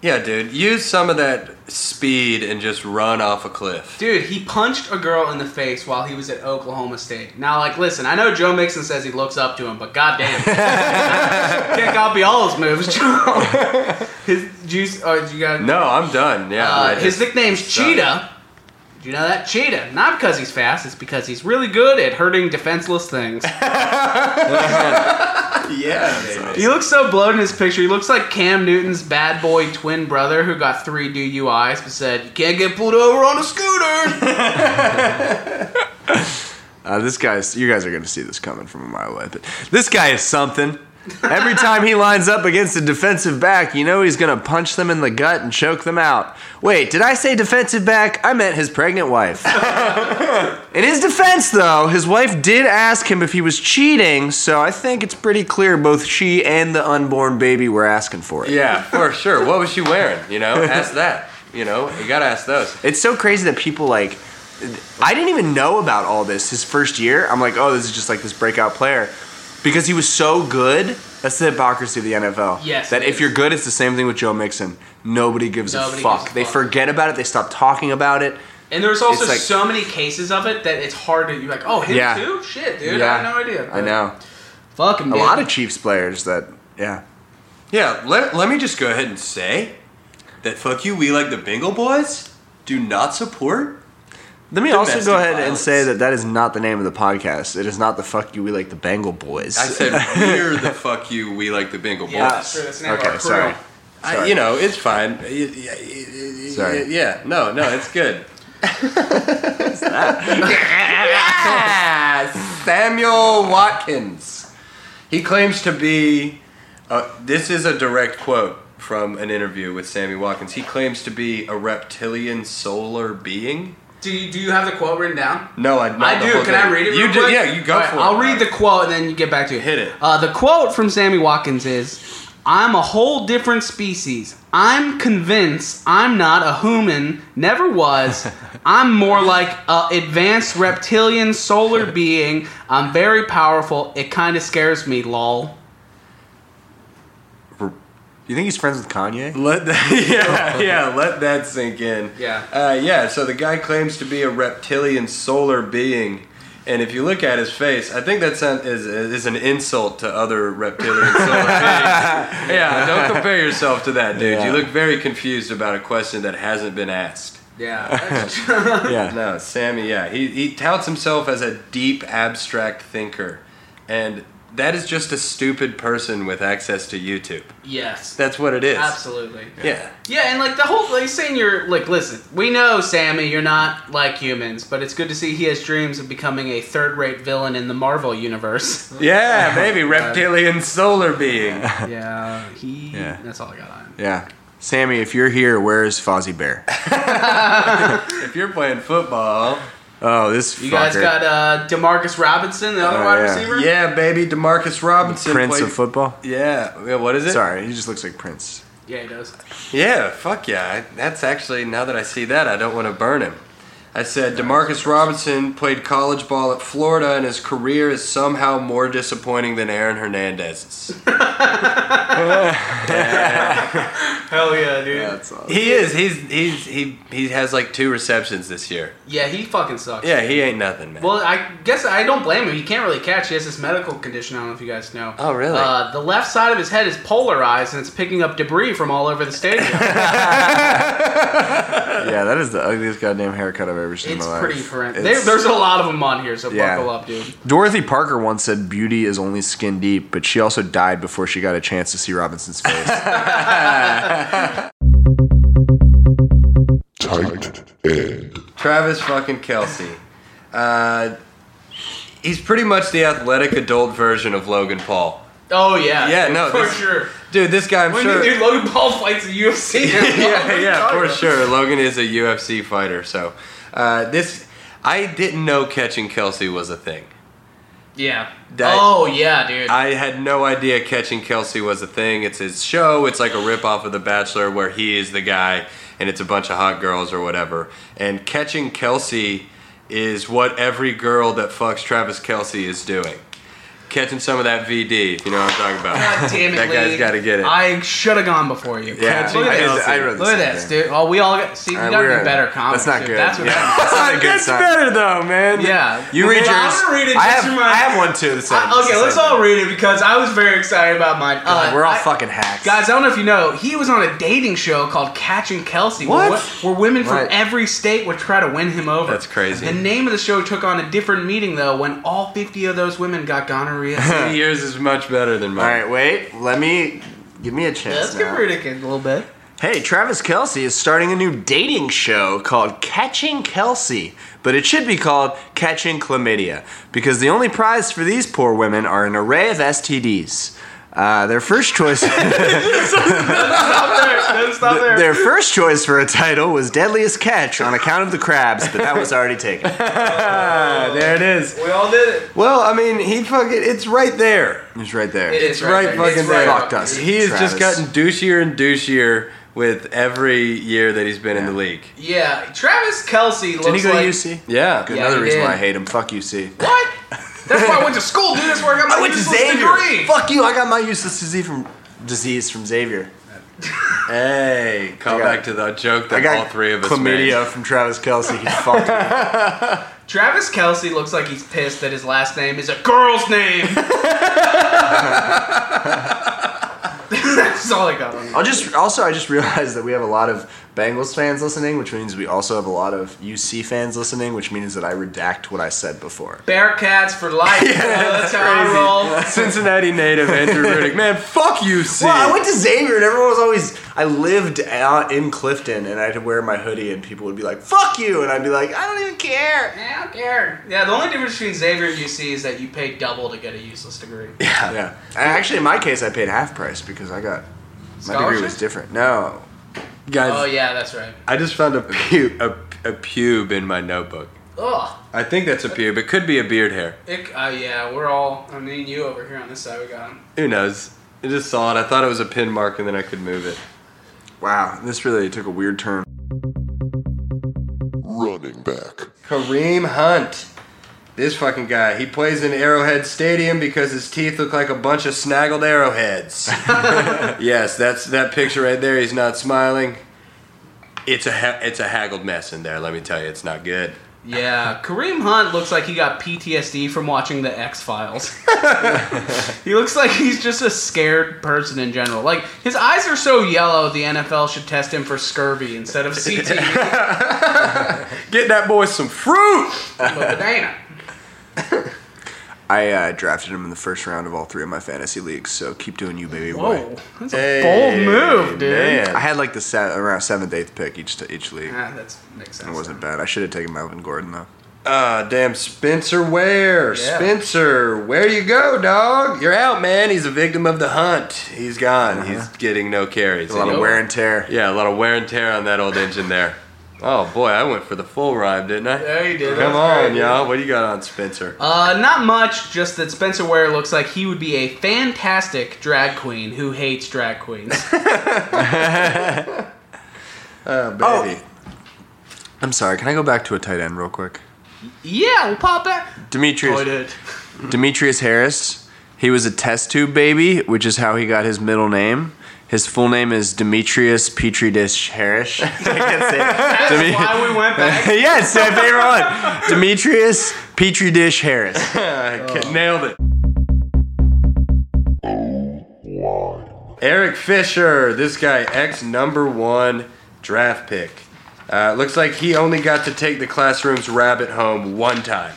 S4: Yeah, dude, use some of that speed and just run off a cliff.
S5: dude, he punched a girl in the face while he was at Oklahoma State. Now, like, listen, I know Joe Mixon says he looks up to him, but goddamn. Can't copy all his moves, Joe. His juice. Oh, you got
S4: No, I'm done. Yeah.
S5: Uh,
S4: I
S5: his
S4: just-
S5: nickname's
S4: sucks.
S5: Cheetah. Did you know that? Cheetah. Not because he's fast, it's because he's really good at hurting defenseless things.
S4: Yeah, baby.
S5: he looks so bloated in his picture. He looks like Cam Newton's bad boy twin brother who got three DUIs but said, You can't get pulled over on a scooter.
S6: Uh, this guy's, you guys are going to see this coming from a mile away, but this guy is something. Every time he lines up against a defensive back, you know he's going to punch them in the gut and choke them out. Wait, did I say defensive back? I meant his pregnant wife. in his defense, though, his wife did ask him if he was cheating, so I think it's pretty clear both she and the unborn baby were asking for it.
S4: Yeah, for sure. What was she wearing? You know, ask that. You know, you gotta ask those.
S6: It's so crazy that people like. I didn't even know about all this his first year. I'm like, oh, this is just like this breakout player because he was so good That's the hypocrisy of the NFL.
S5: Yes,
S6: That
S5: it
S6: if
S5: is.
S6: you're good, it's the same thing with Joe Mixon. Nobody gives
S5: Nobody
S6: a fuck.
S5: gives a
S6: they
S5: fuck.
S6: forget about it. They stop talking about it.
S5: And there's also
S6: It's like-
S5: so many cases of it that it's hard to you like, oh, him
S6: Yeah.
S5: too? Shit, dude, I
S6: Yeah.
S5: had no idea.
S6: I know.
S5: Fucking
S6: A lot of Chiefs players that, yeah.
S4: Yeah, let, let me just go ahead and say that fuck you, we like the Bengal boys, do not support.
S6: Let me
S4: Domestic
S6: also go ahead and
S4: violence.
S6: say that that is not the name of the podcast. It is not the fuck you we like the Bengal boys.
S4: I said we're the fuck you, we like the Bengal
S5: yeah,
S4: boys.
S5: that's true. That's the name of
S6: Okay,
S5: our crew.
S6: sorry.
S4: I, you know, it's fine. Y- y- y- y-
S6: Sorry.
S4: Yeah, no, no, it's good. Samuel Watkins. He claims to be. Uh, this is a direct quote from an interview with Sammy Watkins. He claims to be a reptilian solar being.
S5: Do you, do you have the quote written down?
S4: No, I, not
S5: I
S4: the
S5: do.
S4: whole
S5: Can
S4: thing.
S5: I read it?
S4: You
S5: real
S4: do.
S5: quick?
S4: Yeah, you go
S5: All right,
S4: for it.
S5: I'll read the quote and then you get back to it.
S4: Hit it.
S5: Uh, the quote from Sammy Watkins is, "I'm a whole different species. I'm convinced I'm not a human. Never was. I'm more like a advanced reptilian solar being. I'm very powerful. It kind of scares me. Lol."
S6: you think he's friends with Kanye?
S4: Let that, yeah, yeah, let that sink in.
S5: Yeah.
S4: Uh, yeah, so the guy claims to be a reptilian solar being. And if you look at his face, I think that sound is, is an insult to other reptilian solar beings. Yeah, don't compare yourself to that, dude.
S6: Yeah.
S4: You look very confused about a question that hasn't been asked.
S5: Yeah.
S6: Yeah.
S4: No, Sammy, yeah. He, he touts himself as a deep, abstract thinker. And that is just a stupid person with access to YouTube.
S5: yes.
S4: That's what it is.
S5: Absolutely.
S4: Yeah.
S5: Yeah, and like the whole like saying you're like listen, we know Sammy, you're not like humans, but it's good to see he has dreams of becoming a third-rate villain in the Marvel universe.
S4: Yeah, maybe reptilian solar being.
S5: yeah, he.
S6: Yeah.
S5: That's all I got on. him.
S6: Yeah. Sammy, if you're here, where is Fozzie Bear?
S4: If you're playing football,
S6: Oh, this
S5: You guys
S6: fucker.
S5: got uh, Demarcus Robinson, the other
S6: Oh,
S5: wide
S6: yeah.
S5: receiver.
S4: yeah, baby, Demarcus Robinson,
S6: Prince
S4: played-
S6: of football?
S4: Yeah, yeah, what is it?
S6: Sorry, he just looks like Prince.
S5: yeah, he does.
S4: Yeah, fuck yeah. I, that's actually now that I see that, I don't want to burn him. I said Demarcus Robinson played college ball at Florida, and his career is somehow more disappointing than Aaron Hernandez's.
S5: Hell yeah, dude. Yeah,
S6: That's awesome.
S4: he is. He's he's he he has like two receptions this year.
S5: he fucking sucks.
S4: Yeah, he ain't nothing, man.
S5: Well, I guess I don't blame him. He can't really catch. He has this medical condition. I don't know if you guys know.
S4: Oh, really?
S5: Uh, the left side of his head is polarized, and it's picking up debris from all over the stadium.
S6: Yeah, that is the ugliest goddamn haircut I've ever seen
S5: It's
S6: in my life.
S5: pretty horrendous.
S6: It's-
S5: There, there's a lot of them on here, so
S6: Yeah.
S5: buckle up, dude.
S6: Dorothy Parker once said beauty is only skin deep, but she also died before she got a chance to see Robinson's face.
S3: Tight end.
S4: Travis fucking Kelsey. Uh, he's pretty much the athletic adult version of Logan Paul.
S5: Oh yeah,
S4: Yeah,
S5: dude,
S4: no,
S5: for
S4: this-
S5: sure.
S4: Dude, this guy, I'm
S5: When
S4: sure.
S5: you dude, Logan Paul fights the UFC.
S4: yeah, yeah, for sure. Logan is a UFC fighter, so uh, this I didn't know catching Kelsey was a thing.
S5: Yeah.
S4: That-
S5: oh yeah, dude.
S4: I had no idea catching Kelsey was a thing. It's his show. It's like a ripoff of The Bachelor, where he is the guy, and it's a bunch of hot girls or whatever. And catching Kelsey is what every girl that fucks Travis Kelsey is doing. Catching some of that VD, if you know what I'm talking about.
S5: God damn it,
S4: that guy's
S5: Lee.
S4: got to get it.
S5: I should have gone before you.
S6: Yeah.
S5: Look
S6: I
S5: at
S6: did-
S5: this.
S6: I wrote the
S5: Look at
S6: same
S5: this,
S6: thing.
S5: dude. Oh, we all got. See, you
S6: Alright,
S5: gotta
S6: we're-
S5: be better comics.
S6: That's not
S5: dude.
S6: good.
S5: That's what
S6: Yeah.
S5: happens.
S6: That's not a good
S4: That's
S6: sign.
S4: better though, man.
S5: Yeah.
S4: You read
S5: Well, I'm
S4: yours.
S5: gonna read it
S6: I
S5: just
S6: have,
S5: for my-
S6: I have one too. That's
S5: I-
S6: not-
S5: okay, let's all read it because I was very excited about mine. Uh,
S6: We're all
S5: I-
S6: fucking hacks.
S5: Guys, I don't know if you know, he was on a dating show called Catching Kelsey, where,
S6: What?
S5: wo- where women
S6: Right.
S5: from every state would try to win him over.
S4: That's crazy.
S5: The name of the show took on a different meaning though, when all fifty of those women got gonorrhea.
S4: Yours is much better than
S6: All
S4: mine.
S6: right, wait. Let me give me a chance.
S5: Let's get
S6: now.
S5: ridiculous a little bit.
S6: Hey, Travis Kelsey is starting a new dating show called Catching Kelsey, but it should be called Catching Chlamydia because the only prize for these poor women are an array of STDs. Uh, their first choice,
S5: Stop there. No, stop there.
S6: their first choice for a title was Deadliest Catch on account of the crabs, but that was already taken.
S4: Ah, there it is.
S5: We all did it.
S4: Well, I mean, he fucking it's right there.
S6: It's right there.
S5: It
S4: It's
S5: is
S4: right,
S5: there.
S4: fucking
S5: It's
S4: there.
S6: Fucked us.
S4: He has just
S6: Travis.
S4: gotten douchier and douchier with every year that he's been in the league.
S5: Yeah, Travis Kelsey looks
S6: Didn't he go
S5: like
S6: to UC?
S4: Yeah.
S6: Good.
S5: Yeah,
S6: Another
S5: he
S6: reason
S5: did.
S6: why I hate him. Fuck UC.
S5: what? That's why I went to school, dude. That's where I got my
S6: I went to
S5: useless
S6: Xavier.
S5: degree.
S6: Fuck you. I got my useless disease from disease from Xavier.
S4: Hey, come
S6: I got-
S4: back to the joke that
S6: I got
S4: all three of us
S6: chlamydia from Travis Kelsey. He fucked me.
S5: Travis Kelsey looks like he's pissed that his last name is a girl's name. That's all I got on that.
S6: I'll just also I just realized that we have a lot of Bengals fans listening, which means we also have a lot of UC fans listening, which means that I redact what I said before.
S5: Bearcats for life. bro. that's how I roll.
S4: made. Cincinnati native Andrew Riddick. Man, fuck you, C.
S6: Well, I went to Xavier and everyone was always. I lived out in Clifton and I had to wear my hoodie and people would be like, "Fuck you," and I'd be like, "I don't even care."
S5: Yeah, I don't care. Yeah, the only difference between Xavier and UC is that you pay double to get a useless degree.
S6: Yeah. And actually, in my case, I paid half price because I got my degree was
S5: Scholarship?
S6: different. No,
S4: Guys,
S5: Oh yeah, that's right.
S4: I just found a pube, a, a pube in my notebook.
S5: Ugh.
S4: I think that's a pube. It could be a beard hair.
S5: It, uh, yeah, we're all. I mean, you over here on this side, we got him.
S4: Who knows? I just saw it. I thought it was a pin mark, and then I could move it.
S6: wow, this really took a weird turn.
S3: Running back.
S4: Kareem Hunt. This fucking guy. He plays in Arrowhead Stadium because his teeth look like a bunch of snaggled arrowheads. yes, that's that picture right there. He's not smiling. It's a ha- it's a haggled mess in there. Let me tell you, it's not good.
S5: Yeah, Kareem Hunt looks like he got PTSD from watching the X Files. he looks like he's just a scared person in general. Like his eyes are so yellow, the NFL should test him for scurvy instead of E CTE.
S4: Get that boy some fruit.
S5: but banana.
S6: I uh, drafted him in the first round of all three of my fantasy leagues, so keep doing you, baby boy.
S5: Whoa, that's a bold move, dude.
S6: I had like the se- around seventh, eighth pick each to each league.
S5: Yeah, that makes sense.
S6: It wasn't bad. I should have taken Melvin Gordon though.
S4: Ah, damn, Spencer Ware.
S5: Yeah.
S4: Spencer, where you go, dog? You're out, man. He's a victim of the hunt. He's gone.
S5: Uh-huh.
S4: He's getting no carries.
S6: A lot of
S4: Anyway.
S6: wear and tear.
S4: Yeah, a lot of wear and tear on that old engine there. Oh boy, I went for the full rhyme, didn't I?
S5: Yeah, you did.
S4: Come
S5: That's
S4: on,
S5: great,
S4: y'all. What do you got on Spencer?
S5: Uh, not much. Just that Spencer Ware looks like he would be a fantastic drag queen who hates drag queens. Oh.
S4: Baby.
S6: I'm sorry. Can I go back to a tight end real quick?
S5: yeah, we'll pop back.
S6: Demetrius
S5: Toilet.
S6: Demetrius Harris. He was a test tube baby, which is how he got his middle name. His full name is Demetrius Petri Dish Harris. I can't say it.
S5: That's
S6: Deme-
S5: why we went back.
S6: yeah, it's my favorite one. Demetrius Petri Dish Harris.
S4: Nailed it.
S3: Line.
S4: Eric Fisher, this guy, ex number one draft pick. Uh, looks like he only got to take the classroom's rabbit home one time.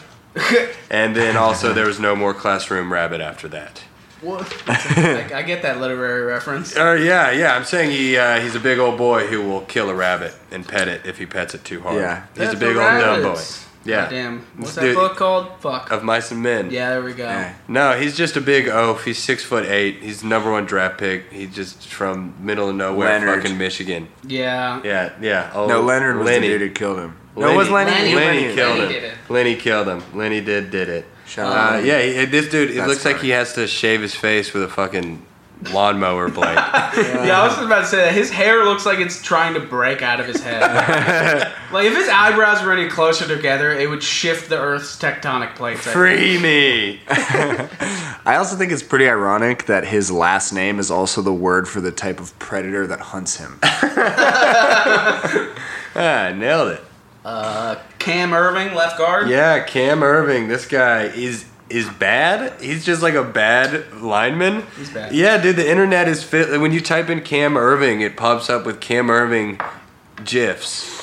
S4: and then also, there was no more classroom rabbit after that.
S5: What? I, I get that literary reference.
S4: Oh yeah, yeah. I'm saying he uh, he's a big old boy who will kill a rabbit and pet it if he pets it too hard.
S6: Yeah.
S4: he's
S5: That's
S4: a big
S5: the
S4: old dumb boy.
S5: rabbits.
S4: Yeah.
S5: Damn. What's
S4: Dude,
S5: that book called? Fuck.
S4: Of mice and men.
S5: Yeah, there we go.
S6: Yeah.
S4: No, he's just a big oaf. He's six foot eight. He's the number one draft pick. He's just from middle of nowhere,
S6: Leonard.
S4: fucking Michigan.
S5: Yeah.
S4: Yeah, yeah. Oh,
S6: No, Leonard was
S4: Lenny.
S6: the dude who killed him.
S4: Lenny.
S6: No, it was Lenny.
S5: Lenny.
S4: Lenny,
S5: Lenny.
S4: killed
S5: Lenny
S4: him.
S5: did it. Oh.
S4: Lenny killed him. Lenny did did it.
S6: Shout out
S4: Uh,
S6: Lenny.
S4: yeah, he, this dude. It
S6: That's
S4: looks like
S6: funny.
S4: he has to shave his face with a fucking lawnmower blade.
S5: Yeah, I was just about to say that. His hair looks like it's trying to break out of his head. like, if his eyebrows were any closer together, it would shift the Earth's tectonic plates. I
S4: Free me.
S6: I also think it's pretty ironic that his last name is also the word for the type of predator that hunts him.
S4: Ah, nailed it.
S5: Cam Irving, left guard.
S4: Yeah, Cam Irving. This guy is is bad. He's just like a bad lineman.
S5: He's bad.
S4: Yeah, dude. The internet is fit. When you type in Cam Irving, it pops up with Cam Irving gifs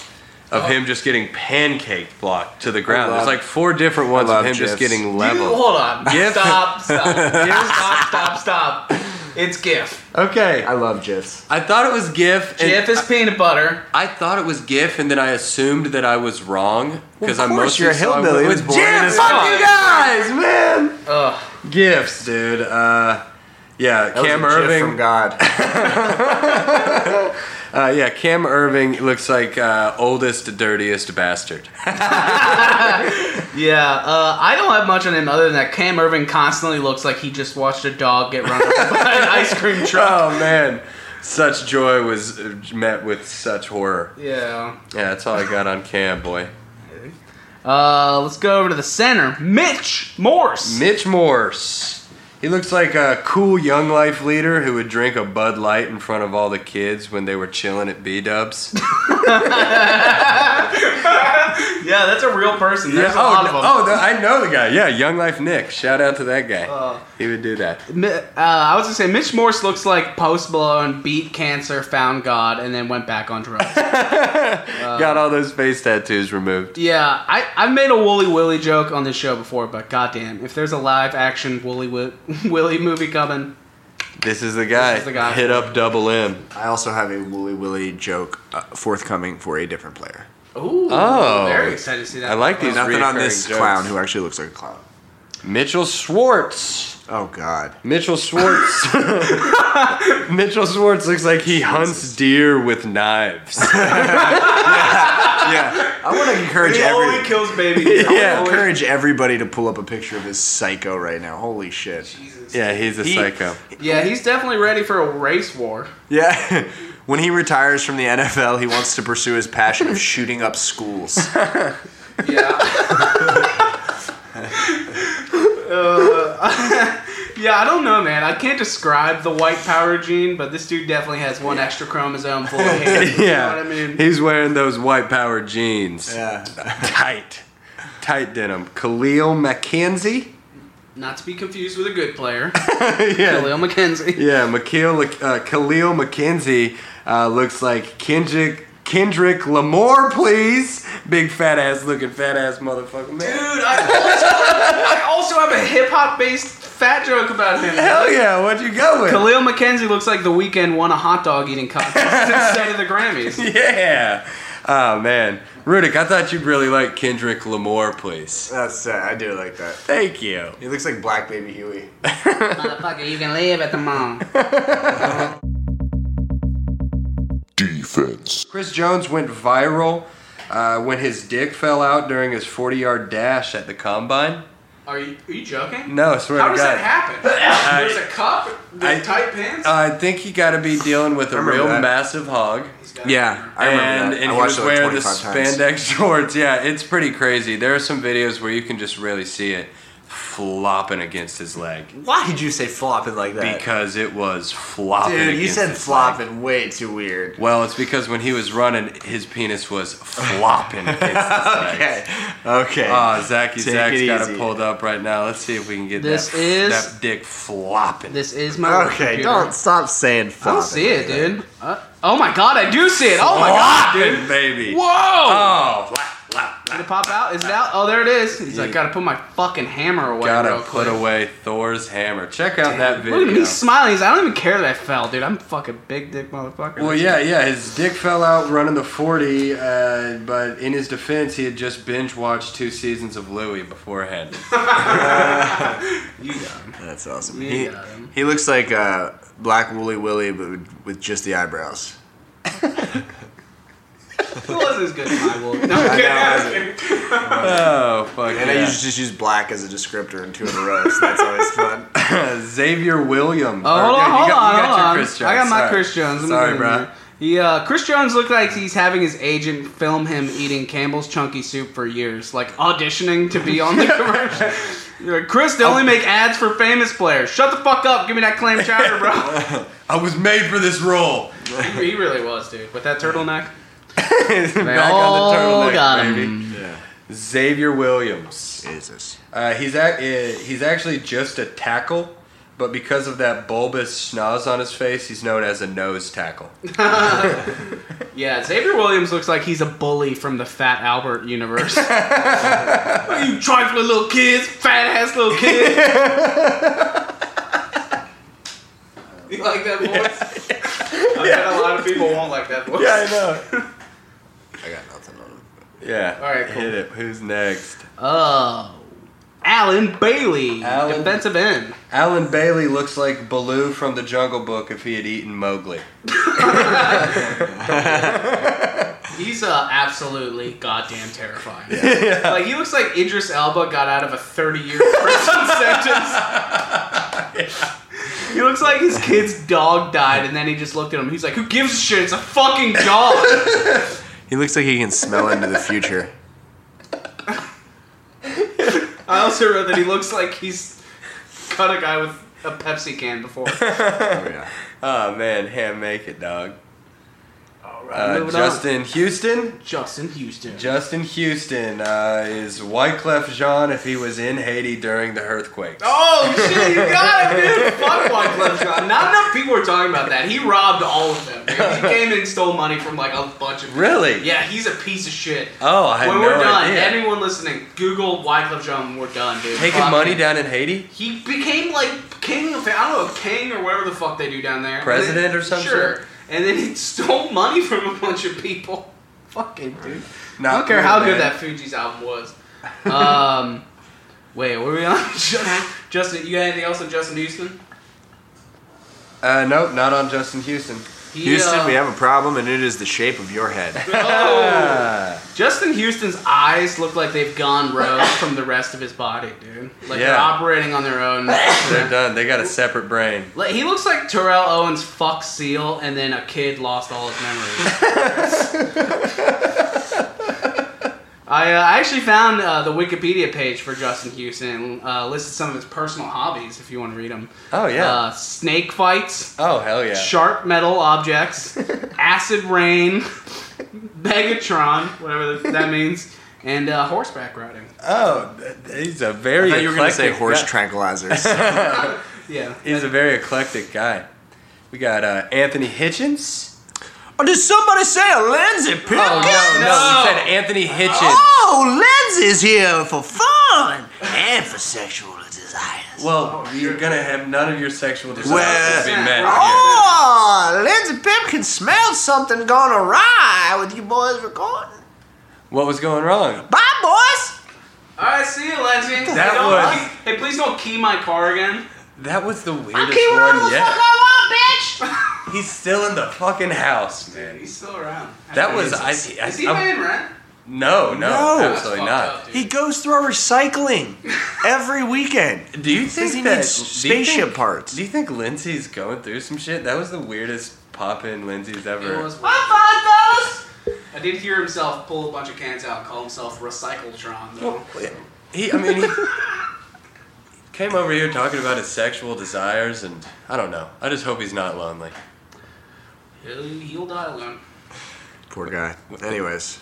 S4: of him just getting pancake blocked to the ground.
S6: love-
S4: There's like four different ones of
S6: love
S4: him just
S6: gifs.
S4: getting
S5: You,
S4: leveled.
S5: hold on.
S4: Gif.
S5: Stop, stop. stop, stop, stop. It's GIF.
S4: okay,
S6: I love GIFs.
S4: I thought it was GIF. and-
S5: GIF is peanut butter.
S4: I thought it was GIF, and then I assumed that I was wrong because
S6: of
S4: I
S6: course,
S4: mostly
S6: you're a
S4: saw it
S6: hillbilly
S4: with
S6: who was born in
S4: GIF.
S6: a-
S4: Fuck you guys, man.
S5: Ugh.
S4: GIFs, dude. Uh, yeah,
S6: That was
S4: Cam
S6: a GIF
S4: Irving.
S6: from God.
S4: Uh, yeah, Cam Irving looks like uh, oldest, dirtiest bastard.
S5: Yeah, uh, I don't have much on him other than that Cam Irving constantly looks like he just watched a dog get run over by an ice cream truck.
S4: Oh man, such joy was uh, met with such horror.
S5: Yeah.
S4: Yeah, that's all I got on Cam, boy.
S5: Uh, Uh, let's go over to the center. Mitch Morse.
S4: Mitch Morse. He looks like a cool young life leader who would drink a Bud Light in front of all the kids when they were chilling at B Dubs.
S5: yeah, that's a real person. There's a lot
S4: oh,
S5: of them.
S4: oh, the- I know the guy. Yeah, Young Life Nick. Shout out to that guy.
S5: Uh,
S4: he would do that.
S5: Mi- Uh, I was gonna say Mitch Morse looks like Post Malone beat cancer, found God, and then went back on drugs. uh,
S4: Got all those face tattoos removed.
S5: yeah, I I've made a Wooly Willy joke on this show before, but goddamn, if there's a live action Wooly Wi- Willy movie coming,
S4: This is the guy.
S5: is the guy.
S4: Hit up Double M.
S6: I also have a Wooly Willy joke uh, forthcoming for a different player.
S5: ooh,
S4: Oh.
S5: very excited to see that.
S4: I like these.
S6: Nothing on
S4: reoccurring
S6: this
S4: jokes.
S6: clown who actually looks like a clown.
S4: Mitchell Schwartz.
S6: Oh God.
S4: Mitchell Schwartz. Mitchell Schwartz looks like he hunts deer with knives.
S6: Yeah, I want to encourage
S5: He only
S6: every,
S5: kills babies.
S4: Yeah.
S6: encourage everybody to pull up a picture of this psycho right now. Holy shit.
S4: yeah, he's a
S6: He-
S4: psycho.
S5: yeah, he's definitely ready for a race war.
S6: Yeah. When he retires from the NFL, he wants to pursue his passion of shooting up schools.
S5: Yeah. Uh, yeah, I don't know, man. I can't describe the white power gene, but this dude definitely has one extra chromosome full of hair. You
S4: Yeah,
S5: know what I mean?
S4: he's wearing those white power jeans,
S6: Yeah.
S4: tight, tight denim. Khalil McKenzie.
S5: Not to be confused with a good player,
S4: yeah,
S5: Khalil McKenzie.
S4: yeah. Mikhail, uh, Khalil McKenzie uh, looks like Kendrick Kendrick Lamar, please. Big fat ass looking fat ass motherfucker man.
S5: Dude, I also, I also have a hip hop based fat joke about him.
S4: Hell yeah! What'd you go with?
S5: Khalil McKenzie looks like the weekend won a hot dog eating contest instead of the Grammys.
S4: Yeah. Oh man, Rudick, I thought you'd really like Kendrick Lamar, please.
S6: That's uh, I do like that.
S4: Thank you.
S6: He looks like Black Baby Huey.
S5: Motherfucker, you can live at the mall.
S3: Defense.
S4: Chris Jones went viral uh, when his dick fell out during his 40-yard dash at the combine.
S5: Are you, are you joking?
S4: No, I swear
S5: How
S4: to
S5: does
S4: God.
S5: that happen? There's a cup,
S4: I-
S5: the tight pants.
S4: I think he got to be dealing with a
S6: remember
S4: real
S6: that.
S4: massive hog.
S6: Yeah, I remember
S4: and
S6: that.
S4: and
S6: I
S4: he
S6: watched
S4: was
S6: it like
S4: wearing the
S6: 25 times.
S4: spandex shorts. Yeah, it's pretty crazy. There are some videos where you can just really see it flopping against his leg
S6: Why did you say flopping like that?
S4: because it was flopping.
S6: Dude, you
S4: against
S6: said
S4: his leg.
S6: flopping way too weird.
S4: Well, it's because when he was running, his penis was flopping against his legs.
S6: Okay. Okay.
S4: Oh, Zachy
S6: Take
S4: Zach's
S6: it
S4: got it
S6: easy.
S4: pulled up right now. Let's see if we can get
S5: This
S4: that,
S5: is-
S4: that dick flopping.
S5: This is my
S6: okay,
S5: computer.
S6: don't stop saying
S5: I
S6: flopping.
S5: don't see it, dude. Uh, oh my god, I do see it. Oh my god,
S4: Flopping,
S5: dude.
S4: baby.
S5: Whoa!
S4: Oh, flap, flap,
S5: Did it
S4: flap.
S5: pop out? Is it out? Oh, there it is. He's like, gotta put my fucking hammer away. real
S4: Gotta put
S5: quick.
S4: away Thor's hammer. Check out that video.
S5: Look at me smiling. He's- I don't even care that I fell, dude. I'm fucking big dick motherfucker.
S4: Well, yeah, yeah. His dick fell out running the 40, uh, but in his defense, he had just binge watched two seasons of Louis beforehand.
S5: You got him.
S6: That's awesome.
S5: You
S6: He,
S5: got him.
S6: he looks like uh, Black Wooly Willy, but with- with just the eyebrows.
S5: It wasn't as good as my wolf. No, I'm kidding. I was kidding.
S4: oh, fuck
S6: And I
S4: yeah.
S6: usually just use black as a descriptor in two in a row, so that's always fun.
S4: Xavier Williams.
S5: Oh, hold
S4: Or, dude,
S5: on,
S4: you got-
S5: hold on,
S4: you got
S5: hold
S4: your
S5: on.
S4: Chris Jones.
S5: I got my
S4: Sorry.
S5: Chris Jones. I'm
S4: Sorry,
S5: gonna-
S4: bro.
S5: He, uh, Chris Jones looked like he's having his agent film him eating Campbell's Chunky Soup for years, like auditioning to be on the commercial. You're like, Chris, they
S4: Oh.
S5: only make ads for famous players. Shut the fuck up. Give me that clam chowder, bro.
S4: I was made for this role.
S5: he, he really was, dude. With that turtleneck. They
S4: Back
S5: all
S4: on the turtleneck,
S5: Oh, got
S4: baby.
S5: him.
S4: Xavier Williams.
S6: Jesus.
S4: Uh, he's act- uh, he's actually just a tackle, but because of that bulbous schnoz on his face, he's known as a nose tackle.
S5: Yeah, Xavier Williams looks like he's a bully from the Fat Albert universe. Are you trifling little kids, fat ass little kids? you like that voice? I bet a lot of people won't like that voice.
S4: know.
S6: I got nothing on him.
S4: yeah.
S5: All right, cool.
S4: Hit it. Who's next?
S5: Oh, Alan Bailey,
S4: Alan-
S5: defensive end.
S4: Alan Bailey looks like Baloo from the Jungle Book if he had eaten Mowgli.
S5: He's uh, absolutely goddamn terrifying. Like he looks like Idris Elba got out of a thirty-year prison sentence. He looks like his kid's dog died, and then he just looked at him. He's like, "Who gives a shit? It's a fucking dog."
S6: He looks like he can smell into the future.
S5: I also wrote that he looks like he's cut a guy with a Pepsi can before.
S4: Oh man, ham make it, dog.
S5: All
S4: Uh,
S5: moving on.
S4: Justin Houston.
S5: Justin Houston.
S4: Justin Houston uh, is Wyclef Jean if he was in Haiti during the earthquake.
S5: Oh shit, you got him, dude! Fuck Wyclef Jean. Not enough people were talking about that. He robbed all of them. dude. He came and stole money from like a bunch of. people.
S4: Really?
S5: Yeah, he's a piece of shit.
S4: Oh, I had
S5: when
S4: no
S5: we're done,
S4: idea.
S5: anyone listening, Google Wyclef Jean. We're done, dude.
S4: Taking
S5: Fuck
S4: money
S5: him.
S4: down in Haiti?
S5: He became like king of I don't know king or whatever the fuck they do down there.
S4: President
S5: And then-
S4: or some
S5: Sure.
S4: shit?
S5: And then he stole money from a bunch of people. Fucking dude.
S4: Not
S5: I don't care
S4: cool,
S5: how
S4: man.
S5: good that Fuji's album was. Um, wait, were we on Justin? Justin, you got anything else on Justin Houston?
S4: Uh, nope, not on Justin Houston.
S5: He,
S6: Houston,
S5: uh,
S6: we have a problem, and it is the shape of your head.
S5: Oh. Justin Houston's eyes look like they've gone rogue from the rest of his body, dude. Like they're
S4: Yeah.
S5: operating on their own.
S4: They're done. They got a separate brain.
S5: Like, he looks like Terrell Owens' fuck seal, and then a kid lost all his memories. I, uh, I actually found uh, the Wikipedia page for Justin Houston and uh, listed some of his personal hobbies if you want to read them.
S4: Oh, yeah.
S5: Uh, snake fights,
S4: Oh hell yeah!
S5: sharp metal objects, acid rain, Megatron, whatever that means, and uh, horseback riding.
S4: Oh, th- he's a very.
S6: I thought you were going to say
S4: eclectic
S6: horse
S4: guy.
S6: tranquilizers.
S5: Yeah.
S4: He's a very eclectic guy. We got uh, Anthony Hitchens.
S6: oh, did somebody say a Lindsay Pickens?
S4: no,
S5: no.
S4: he said Anthony Hitchens.
S6: Oh, Lindsay's here for fun and for sexual desires.
S4: Well, you're gonna have none of your sexual desires
S6: Well-
S4: be met.
S6: Oh, Lindsay Pipkin smelled something gone awry with you boys recording.
S4: What was going wrong?
S6: Bye, boys.
S5: All right, see you, Lindsay.
S4: That
S5: hey, don't-
S4: was-
S5: Hey, please don't key my car again.
S4: That was the weirdest
S6: Keep running
S4: one
S6: the
S4: yet.
S6: fuck I want, bitch.
S4: He's still in the fucking house, man.
S5: He's still around.
S4: That was I. I,
S5: Is he
S4: I'm-
S5: paying rent?
S4: no, no,
S6: No.
S5: That's
S4: absolutely
S5: fucked
S4: not.
S5: up, dude.
S6: He goes through our recycling every weekend.
S4: Do you think
S6: Says he
S4: that
S6: needs
S4: do you
S6: spaceship
S4: think-
S6: parts.
S4: Do you think Lindsay's going through some shit? That was the weirdest pop in Lindsay's ever.
S5: It was- I did hear himself pull a bunch of cans out and call himself Recycletron,
S4: Oh,
S5: though.
S4: He, I mean, he came over here talking about his sexual desires, and I don't know. I just hope he's not lonely.
S5: He'll, he'll die alone.
S6: Poor guy. Anyways,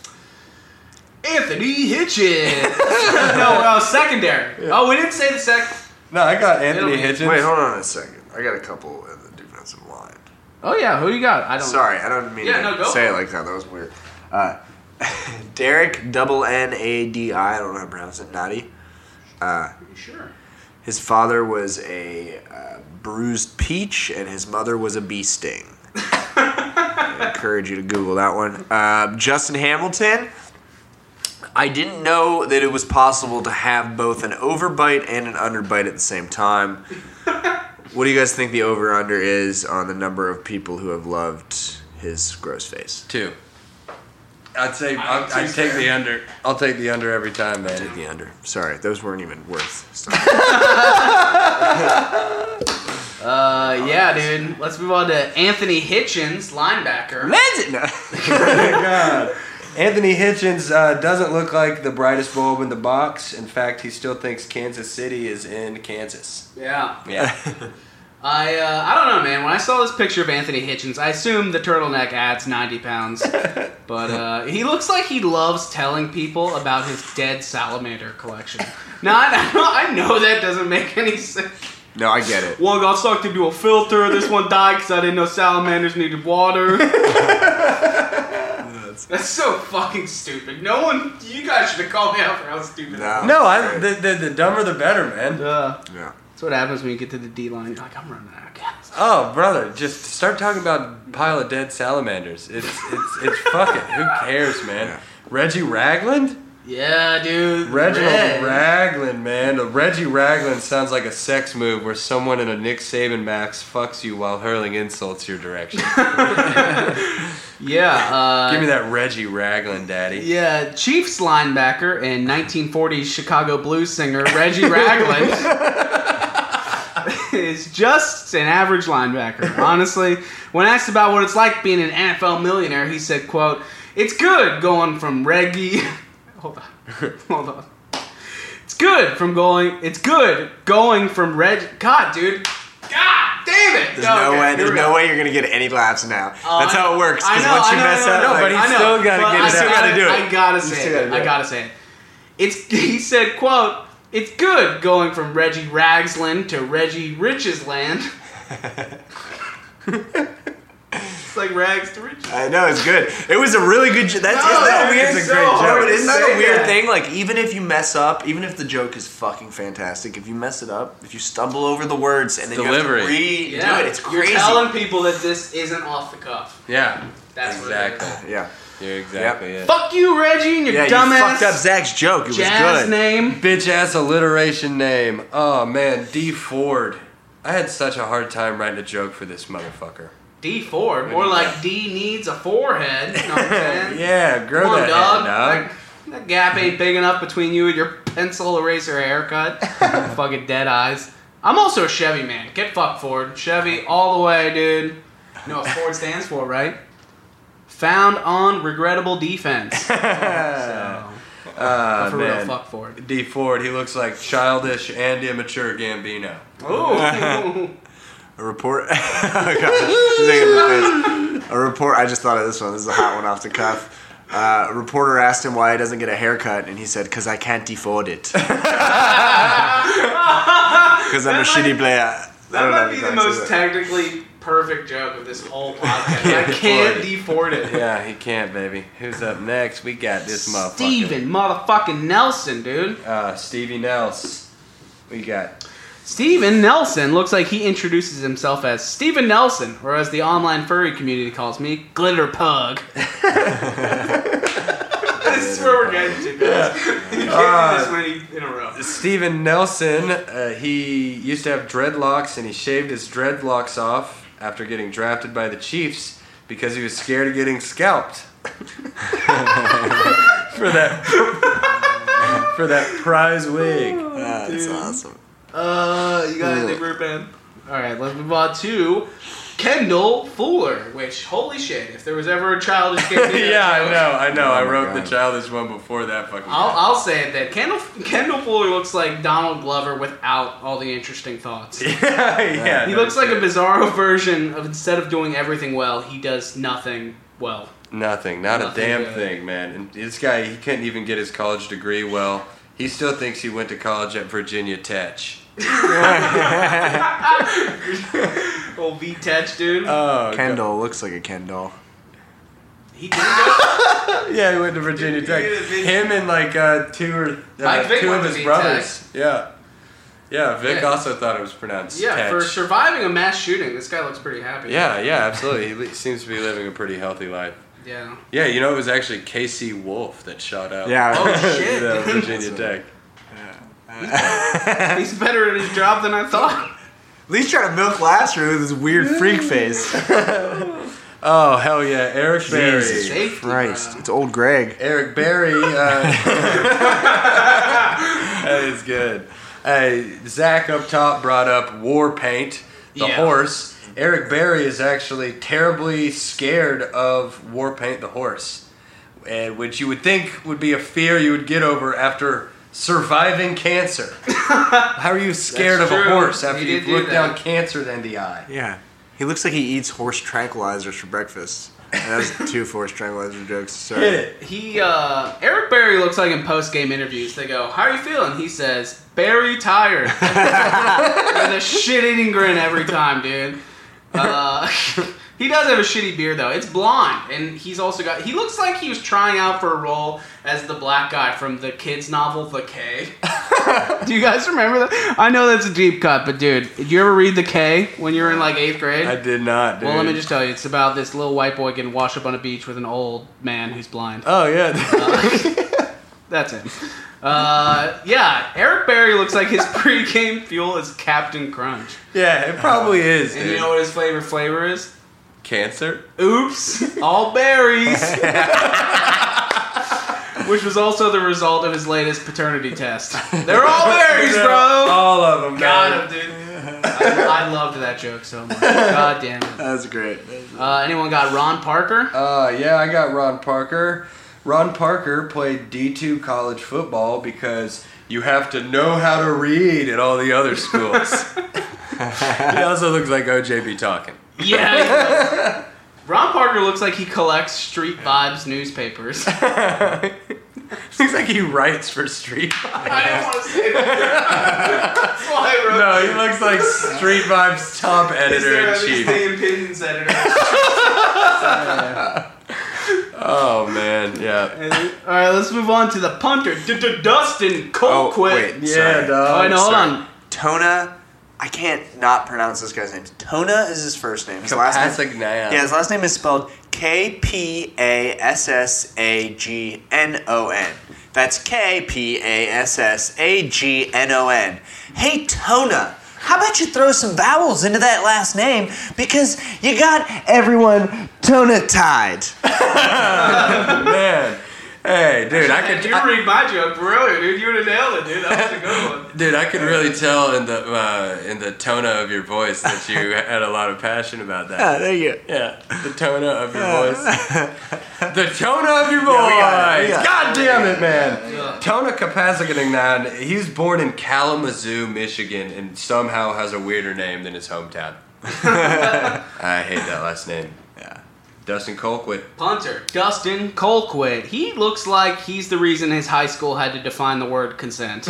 S5: Anthony Hitchens! no, uh, secondary. Oh, we didn't say the sec.
S4: No, I got Anthony
S5: It'll
S4: Hitchens.
S6: wait, hold on a second. I got a couple in the defensive line.
S5: Oh, yeah, who you got? I don't
S6: Sorry, I don't mean
S5: Yeah,
S6: to
S5: no, go
S6: say
S5: for
S6: it
S5: it.
S6: like that. That was weird. Uh, Derek double N A D I. I don't know how to pronounce it. Naughty.
S5: Sure.
S6: His father was a uh, bruised peach, and his mother was a bee sting. I encourage you to Google that one. Uh, Justin Hamilton. I didn't know that it was possible to have both an overbite and an underbite at the same time. what do you guys think the over under is on the number of people who have loved his gross face?
S4: Two. I'd say i
S5: too
S4: I'd take
S5: scared.
S4: the under. I'll take the under every time, man.
S6: The under. Sorry, those weren't even worth. Sorry.
S5: Uh, yeah, dude. Let's move on to Anthony Hitchens, linebacker.
S6: No.
S4: Anthony Hitchens uh, doesn't look like the brightest bulb in the box. In fact, he still thinks Kansas City is in Kansas.
S5: Yeah.
S4: Yeah.
S5: I uh, I don't know, man. When I saw this picture of Anthony Hitchens, I assumed the turtleneck adds ninety pounds, but uh, he looks like he loves telling people about his dead salamander collection. Now I, I know that doesn't make any sense.
S6: no, I get it.
S5: One got sucked into a filter. This one died because I didn't know salamanders needed water. That's so fucking stupid. No one, you guys should have called me out for how stupid. that
S6: No.
S4: no, I, the, the the dumber the better, man.
S5: was. Uh,
S6: Yeah.
S5: that's what happens when you get to the D line. You're like, I'm running out of gas.
S4: Oh, brother, just start talking about pile of dead salamanders. It's it's it's fucking. Who cares, man? Reggie Ragland,
S5: Yeah, dude.
S4: Reginald
S5: Red.
S4: Ragland, man. The Reggie Ragland sounds like a sex move where someone in a Nick Saban mask fucks you while hurling insults your direction.
S5: Yeah. Uh,
S4: Give me that Reggie Ragland, daddy.
S5: Yeah, Chiefs linebacker and 1940s Chicago blues singer Reggie Ragland is just an average linebacker. Honestly, when asked about what it's like being an NFL millionaire, he said, "quote It's good going from Reggie. Hold on, hold on. It's good from going. It's good going from red. God, dude. God damn it.
S6: There's no way. There's no way you're gonna get any laps now. That's
S5: Oh, I
S6: how it
S5: know.
S6: works.
S5: I
S6: Because
S5: know,
S6: once
S5: I
S6: you
S5: know, I
S6: mess
S5: know,
S6: up,
S5: no,
S6: like,
S5: but I know,
S4: still gotta
S5: but
S4: get
S5: I
S4: it
S5: still
S4: out.
S5: gotta
S6: You still
S5: I gotta say
S6: gotta
S5: it.
S6: do it.
S5: I gotta say it. It's he said, "quote It's good going from Reggie Ragsland to Reggie Rich's land." it's like rags to riches.
S6: I know it's good. It was a really good. Jo- that's
S5: No,
S6: isn't that
S5: it's
S6: weird?
S5: so hard
S6: But
S5: to
S6: isn't that a
S5: say
S6: weird
S5: that.
S6: thing? Like even if you mess up, even if the joke is fucking fantastic, if you mess it up, if you stumble over the words and then
S4: Delivery.
S6: you have to redo
S5: Yeah.
S6: it, it's
S5: You're
S6: crazy.
S5: telling people that this isn't off the cuff.
S4: Yeah.
S5: That's
S4: Exactly.
S5: What
S6: yeah,
S4: You're exactly
S5: it is.
S4: it.
S5: Fuck you, Reggie, and your
S6: yeah. You
S5: dumbass
S6: fucked up Zach's joke. It was
S5: jazz
S6: good.
S5: name.
S4: Bitch ass alliteration name. Oh man, D Ford. I had such a hard time writing a joke for this motherfucker.
S5: D Ford, more like D needs a forehead. You know what I'm saying?
S4: Yeah, grow
S5: Come on,
S4: that
S5: dog.
S4: head, dog.
S5: That, that gap ain't big enough between you and your pencil eraser haircut. Fucking dead eyes. I'm also a Chevy man. Get fucked, Ford. Chevy all the way, dude. You know what Ford stands for, right? Found on regrettable defense. so, Uh, but for
S4: man.
S5: real, fuck Ford.
S4: D Ford, he looks like childish and immature Gambino.
S5: Ooh.
S6: A report. Oh, God. Zing in the face. a report. I just thought of this one. This is a hot one off the cuff. Uh, a reporter asked him why he doesn't get a haircut, and he said, "Cause I can't afford it. Because I'm a shitty player." I
S5: That
S6: don't know
S5: might
S6: if
S5: be
S6: he
S5: the
S6: likes it,
S5: most
S6: but-
S5: technically perfect joke of this whole podcast. I can't deford it.
S4: Yeah, he can't, baby. Who's up next? We got this motherfucker.
S5: Steven motherfucking Nelson, dude.
S4: Uh, Stevie Nels. We got.
S5: Steven Nelson looks like he introduces himself as Steven Nelson, or as the online furry community calls me, Glitter Pug. That's where we're getting to, guys. You can't do this many in a row.
S4: Steven Nelson, uh, he used to have dreadlocks and he shaved his dreadlocks off after getting drafted by the Chiefs because he was scared of getting scalped. for that for that prize wig.
S6: Ah, that's awesome.
S5: Uh, you got it in the group, man. All right, let's move on to Kendall Fuller. Which, holy shit, if there was ever a childish kid, here,
S4: yeah, I know, I know. I
S6: my
S4: wrote the
S6: God.
S4: childish one before that fucking guy.
S5: I'll, I'll say it that Kendall Kendall Fuller looks like Donald Glover without all the interesting thoughts.
S4: yeah,
S5: He
S4: no
S5: looks like a
S4: shit.
S5: bizarro version of instead of doing everything well, he does nothing well.
S4: Nothing, not
S5: Nothing
S4: a damn
S5: good.
S4: thing, man. And this guy, he couldn't even get his college degree well. He still thinks he went to college at Virginia Tech.
S5: Old Oh, V Tech dude.
S6: Uh,
S4: Oh,
S6: Kendall looks like a Kendall.
S5: he did go.
S4: yeah, he went to Virginia Tech. Him and like uh, two or
S5: Mike
S4: uh,
S5: Vick
S4: two
S5: went
S4: of
S5: to
S4: his
S5: Tech.
S4: brothers. Yeah, yeah. Vic
S5: Yeah.
S4: also thought it was pronounced.
S5: Yeah,
S4: Tech.
S5: for surviving a mass shooting, this guy looks pretty happy.
S4: Yeah, yeah, absolutely. He li- seems to be living a pretty healthy life.
S5: Yeah.
S4: Yeah, you know, it was actually Casey Wolf that shot up.
S6: Yeah.
S5: Oh shit.
S4: the
S5: dude.
S4: Virginia Tech.
S5: He's better at his job than I thought.
S6: At least try to milk Lasser with his weird freak face.
S4: Oh hell yeah, Eric Berry.
S6: Jesus
S5: Safety,
S6: Christ,
S5: bro.
S6: it's old Greg.
S4: Eric Berry. Uh, that is good. Uh, Zach up top brought up War Paint, the
S5: Yeah.
S4: horse. Eric Berry is actually terribly scared of War Paint, the horse, and which you would think would be a fear you would get over after surviving cancer. How are you scared
S5: That's
S4: of a
S5: true.
S4: horse
S5: He
S4: after
S5: did
S4: you've
S5: do
S4: looked
S5: that.
S4: down cancer in the eye?
S6: Yeah. He looks like he eats horse tranquilizers for breakfast. And that was two horse tranquilizer jokes. Sorry.
S4: Hit it.
S5: He uh Eric Berry looks like in post game interviews they go, How are you feeling? He says, Barry tired. With a shit eating grin every time, dude. Uh He does have a shitty beard though. It's blonde, and he's also got. He looks like he was trying out for a role as the black guy from the kids novel The K. Do you guys remember that? I know that's a deep cut, but dude, did you ever read The K when you were in like eighth grade?
S4: I did not. Dude.
S5: Well, let me just tell you, it's about this little white boy getting washed up on a beach with an old man who's blind.
S4: Oh yeah.
S5: That's him. Uh, yeah, Eric Berry looks like his pregame fuel is Captain Crunch.
S4: yeah, it probably is.
S5: And
S4: dude.
S5: you know what his flavor flavor is?
S4: cancer.
S5: Oops, all berries. Which was also the result of his latest paternity test. They're all berries, bro.
S4: All of them.
S5: Got him, dude. Oh, I, I loved that joke so much. God damn it.
S6: That was great.
S5: Uh, anyone got Ron Parker?
S4: Uh, yeah, I got Ron Parker. Ron Parker played D2 college football because you have to know how to read at all the other schools. he also looks like OJB talking.
S5: Yeah. he does. Ron Parker looks like he collects Street Vibes newspapers. I
S4: Looks like he writes for Street.
S5: didn't want to say that. That's why I wrote
S4: No, Oh, he looks like Street Vibes top editor in chief.
S5: opinions editor.
S4: Oh man, yeah.
S5: All right, let's move on to the punter, Dustin
S6: Oh,
S5: Colquitt.
S6: wait. sorry.
S5: All right, now hold
S6: Sorry.
S5: on.
S6: Tona. I can't not pronounce this guy's name. Tona is his first name. His last name.
S4: Kapasagnaia.
S6: Yeah, his last name is spelled K P A S S A G N O N. That's K P A S S A G N O N. Hey Tona, how about you throw some vowels into that last name because you got everyone Tona tied.
S4: Man. Hey, dude, I
S5: If
S4: could
S5: you
S4: I-
S5: read my joke brilliant, dude. You would have nailed it, dude. That was a good one.
S4: Dude, I could really tell in the uh, in the tone of your voice that you had a lot of passion about that.
S6: Ah, there you go.
S4: Yeah, the tone of your voice. the tone of your voice.
S6: got it, we got it.
S4: God damn it, man. Tona Kapazagnan, he was born in Kalamazoo, Michigan, and somehow has a weirder name than his hometown. I hate that last name.
S6: Yeah.
S4: Dustin Colquitt.
S5: Punter, Dustin Colquitt. He looks like he's the reason his high school had to define the word consent.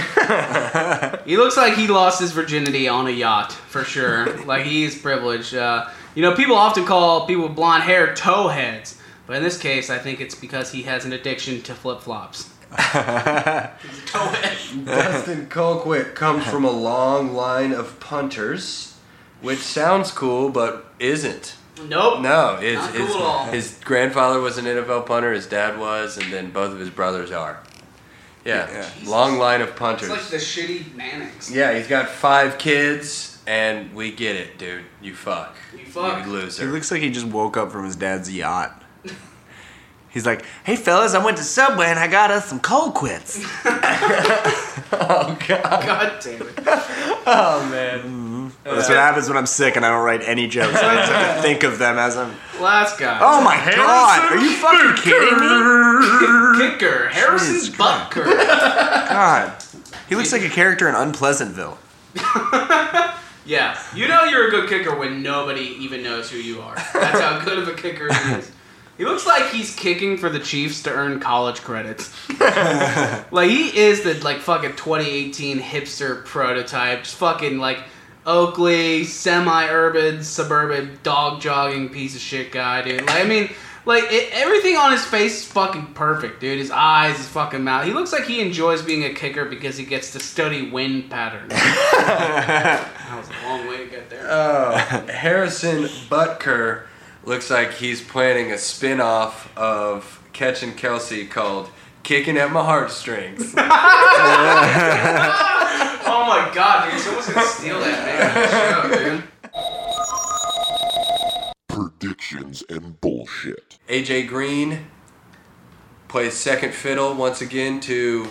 S5: he looks like he lost his virginity on a yacht, for sure. like, he is privileged. Uh, you know, people often call people with blonde hair towheads. But in this case, I think it's because he has an addiction to flip flops.
S4: Dustin Colquitt comes from a long line of punters, which sounds cool but isn't.
S5: Nope.
S4: No, his,
S5: Not cool
S4: his,
S5: at all.
S4: his grandfather was an NFL punter, his dad was, and then both of his brothers are. Yeah,
S5: Jesus.
S4: long line of punters.
S5: It's like the shitty Mannix.
S4: yeah, he's got five kids, and we get it, dude. You fuck.
S5: You fuck.
S4: You
S6: He
S4: loser.
S6: looks like he just woke up from his dad's yacht. He's like, hey fellas, I went to Subway and I got us some cold quits.
S4: oh, God.
S5: God damn it.
S4: Oh, man.
S6: That's what happens when I'm sick and I don't write any jokes. I just have to think of them as I'm.
S5: Last guy.
S6: Oh my god! Are you fucking kidding me?
S5: Kicker. Harrison
S6: Jesus Christ.
S5: Butker.
S6: God, he looks like a character in Unpleasantville.
S5: yeah. You know you're a good kicker when nobody even knows who you are. That's how good of a kicker he is. He looks like he's kicking for the Chiefs to earn college credits. like he is the like fucking 2018 hipster prototype. Just fucking like Oakley, semi-urban, suburban, dog jogging piece of shit guy, dude. Like I mean, like it, everything on his face is fucking perfect, dude. His eyes, his fucking mouth. He looks like he enjoys being a kicker because he gets to study wind patterns. that was a long way to get there.
S4: Harrison Butker looks like he's planning a spin off of Catch and Kelsey called Kicking at My Heartstrings.
S5: oh my god, dude! Someone's gonna steal that man. Show, dude.
S3: Predictions and bullshit.
S4: AJ Green plays second fiddle once again to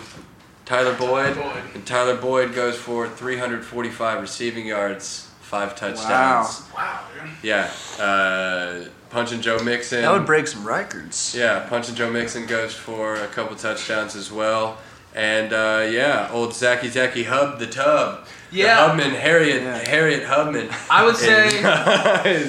S4: Tyler Boyd.
S5: Boyd.
S4: And Tyler Boyd goes for 345 receiving yards, five touchdowns.
S5: Wow, dude.
S4: Yeah. Uh, Punch and Joe Mixon.
S6: That would break some records.
S4: Yeah, Punch and Joe Mixon goes for a couple touchdowns as well. And uh, yeah, old Zacky Zacky Hub the Tub. The
S5: Yeah.
S4: Hubman, Harriet Harriet Hubman.
S5: I would say-
S4: is, is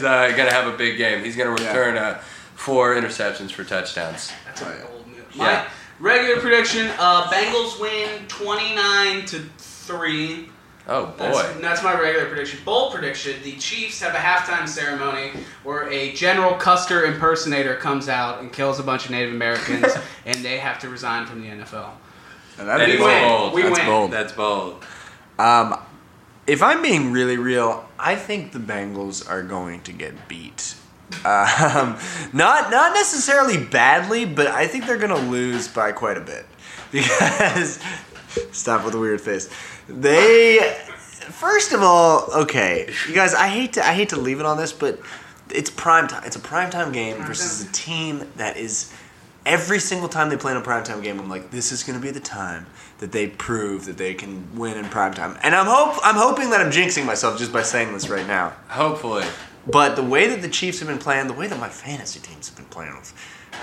S4: uh, gonna have a big game. He's gonna return uh, four interceptions for touchdowns.
S5: That's an old move. My
S4: Yeah.
S5: regular prediction: uh, Bengals win twenty-nine to three.
S4: Oh
S5: That's,
S4: boy.
S5: that's my regular prediction. Bold prediction: the Chiefs have a halftime ceremony where a General Custer impersonator comes out and kills a bunch of Native Americans, and they have to resign from the NFL.
S6: That'd
S5: We
S6: be
S4: That's
S5: win.
S4: bold.
S5: We
S4: That's
S5: win.
S4: bold. That's bold.
S6: Um, if I'm being really real, I think the Bengals are going to get beat. Um, not not necessarily badly, but I think they're going to lose by quite a bit because stop with the weird face. They first of all, okay, you guys, I hate to I hate to leave it on this, but it's prime time. It's a prime time game versus a team that is every single time they play in a primetime game, I'm like, this is going to be the time that they prove that they can win in primetime. And I'm hope I'm hoping that I'm jinxing myself just by saying this right now.
S4: Hopefully.
S6: But the way that the Chiefs have been playing, the way that my fantasy teams have been playing with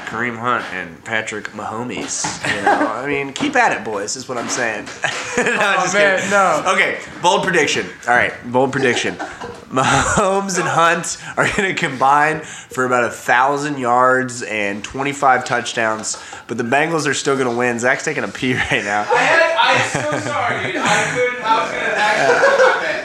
S6: Kareem Hunt and Patrick Mahomes, you know, I mean, keep at it, boys, is what I'm saying. no, I'm just
S4: Oh, man,
S6: kidding.
S4: no.
S6: Okay, bold prediction. All right, bold prediction. Mahomes and Hunt are going to combine for about a thousand yards and 25 touchdowns, but the Bengals are still going to win. Zach's taking a pee right now.
S5: I had, I'm so sorry, dude. I couldn't. I was gonna actually look at that.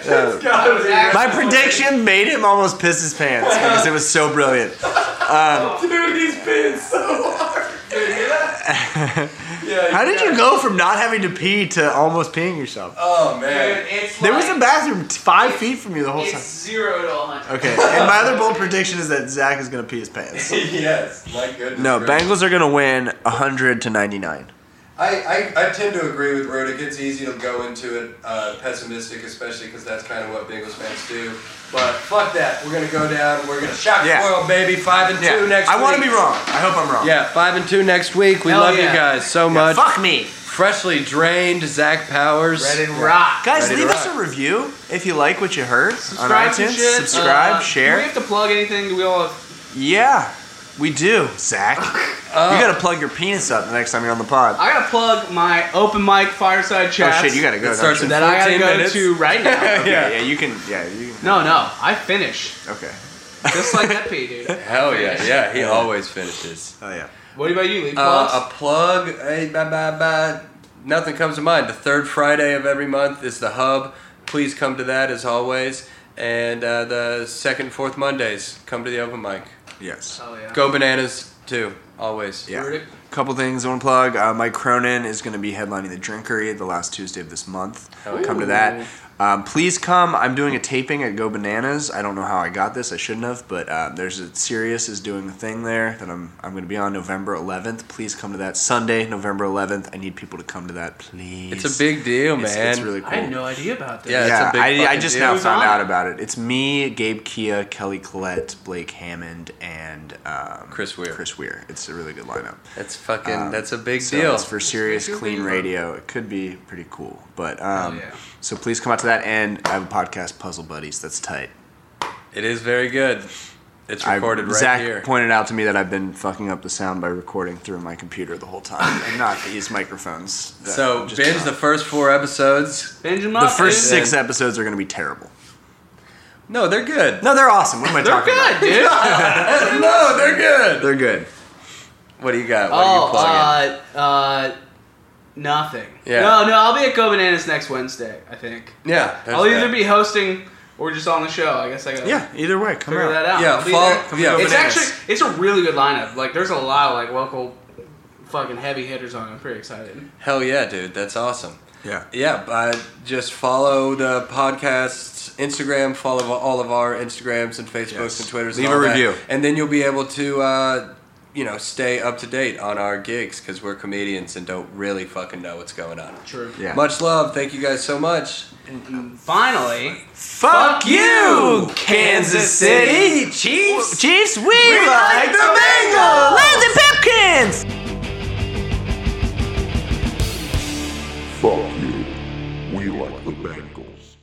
S5: I was
S6: My
S5: actually-
S6: prediction made him almost piss his pants because it was so brilliant.
S8: Dude, he's been so hard. yeah,
S6: How did you go from not having to pee to almost peeing yourself?
S4: Oh
S5: Dude,
S4: man.
S5: it's
S6: There was a
S5: Uh, like-
S6: bathroom t- five feet from you the whole time.
S5: It's zero to 100.
S6: Okay, and my other bold prediction is that Zach is gonna pee his pants.
S4: yes. My goodness.
S6: No,
S4: gracious.
S6: Bengals are gonna win 100 to 99.
S4: I, I, I tend to agree with Rodick. It's easy to go into it uh, pessimistic, especially because that's kind of what Bengals fans do. But fuck that. We're gonna go down. We're gonna shock
S6: Yeah.
S4: the world, baby. Five and two next.
S6: I want to
S4: week.
S6: be wrong. I hope I'm wrong.
S4: Yeah, five and two next week. We
S5: Hell
S4: love
S5: yeah.
S4: you guys so
S6: Yeah,
S4: much.
S6: Fuck me,
S4: Freshly drained Zach Powers.
S5: Red and rock.
S6: guys.
S4: Ready to
S6: Leave us
S4: rock.
S6: a review if you like what you heard on
S5: Subscribe to
S6: iTunes.
S5: shit.
S6: Subscribe,
S5: Uh, Do we
S6: share.
S5: have to plug anything? Do we all
S6: Yeah, we do, Zach. you gotta plug your penis up the next time you're on the pod.
S5: I gotta plug my open mic fireside
S6: oh
S5: chat.
S6: shit, you gotta
S4: It
S6: go. don't
S4: starts
S6: you?
S4: in
S5: that I gotta
S4: 14
S5: go
S4: minutes.
S5: to right now.
S6: Okay, yeah. you can. Yeah, you can.
S5: no, no, I finish
S6: Okay.
S5: just like that, P, dude.
S4: Hell yeah, yeah. He always finishes.
S6: Oh yeah.
S5: What about you, Lee?
S4: Uh,
S5: Plugs?
S4: a plug. eh, bah, bah, bah. Nothing comes to mind. The third Friday of every month is the hub. Please come to that as always. And uh, the second, and fourth Mondays, come to the open mic.
S6: Yes.
S5: oh yeah.
S4: Go bananas too, always.
S6: Yeah.
S5: Verdict?
S6: Couple things I want to plug. Uh, Mike Cronin is going to be headlining the Drinkery the last Tuesday of this month. Come to that. Um, please come. I'm doing a taping at Go Bananas. I don't know how I got this. I shouldn't have, but uh, there's a Sirius is doing a thing there that I'm I'm going to be on November 11th. Please come to that Sunday, November 11th. I need people to come to that, please.
S4: It's a big deal, man.
S6: It's- It's really cool.
S5: I had no idea about this.
S4: Yeah, it's
S6: yeah,
S4: a big
S6: I, I
S4: fucking
S6: just
S4: deal.
S6: now
S5: Who's
S6: found
S5: on
S6: out
S5: it?
S6: about it. It's me, Gabe Kia, Kelly Collette, Blake Hammond, and um,
S4: Chris Weir.
S6: Chris Weir. It's a really good lineup. Um,
S4: That's fucking. that's a big
S6: So
S4: deal.
S6: it's for serious
S5: It's gonna
S6: clean
S5: be fun.
S6: radio. It could be pretty cool. But um,
S5: yeah.
S6: so please come out to that. And I have a podcast, Puzzle Buddies. That's tight.
S4: it is very good. It's
S6: I-
S4: recorded right
S6: Zach
S4: here.
S6: pointed out to me that I've been fucking up the sound by recording through my computer the whole time and not these microphones. that
S4: so
S6: just
S4: binge
S6: come
S4: the
S6: out.
S4: first four episodes.
S5: Benjamin.
S6: the first
S4: dude.
S6: six episodes are going to be terrible.
S4: No, they're good.
S6: No, they're awesome. What am I
S5: They're
S6: talking about?
S5: good, dude.
S4: No, they're good.
S6: They're good.
S4: What do you got? What are you plugging?
S5: oh, uh, uh, nothing.
S4: Yeah.
S5: No, no, I'll be at Go Bananas next Wednesday. I think.
S4: yeah, there's
S5: I'll either
S4: that.
S5: be hosting or just on the show. I guess I gotta
S6: Yeah, either way, come
S5: figure
S6: out.
S5: that out.
S4: Yeah,
S5: I'll be
S4: follow-
S5: there.
S4: yeah,
S5: it's
S4: Bananas.
S5: actually it's a really good lineup. Like there's a lot of like local fucking heavy hitters on. it. I'm pretty excited.
S4: Hell yeah, dude. That's awesome.
S6: Yeah.
S4: Yeah, uh, just follow the podcast's Instagram, follow all of our Instagrams and Facebooks
S6: Yes.
S4: and Twitters.
S6: Leave
S4: and all
S6: a
S4: that.
S6: review.
S4: And then you'll be able to, uh, you know, stay up to date on our gigs because we're comedians and don't really fucking know what's going on.
S5: True.
S6: Yeah.
S4: Much love. Thank you guys so much.
S5: And finally,
S6: Fuck you,
S4: Kansas City
S6: Chiefs. Chiefs, we, like the Bengals. Lazy Pipkins.
S3: Fuck you. We like the Bengals.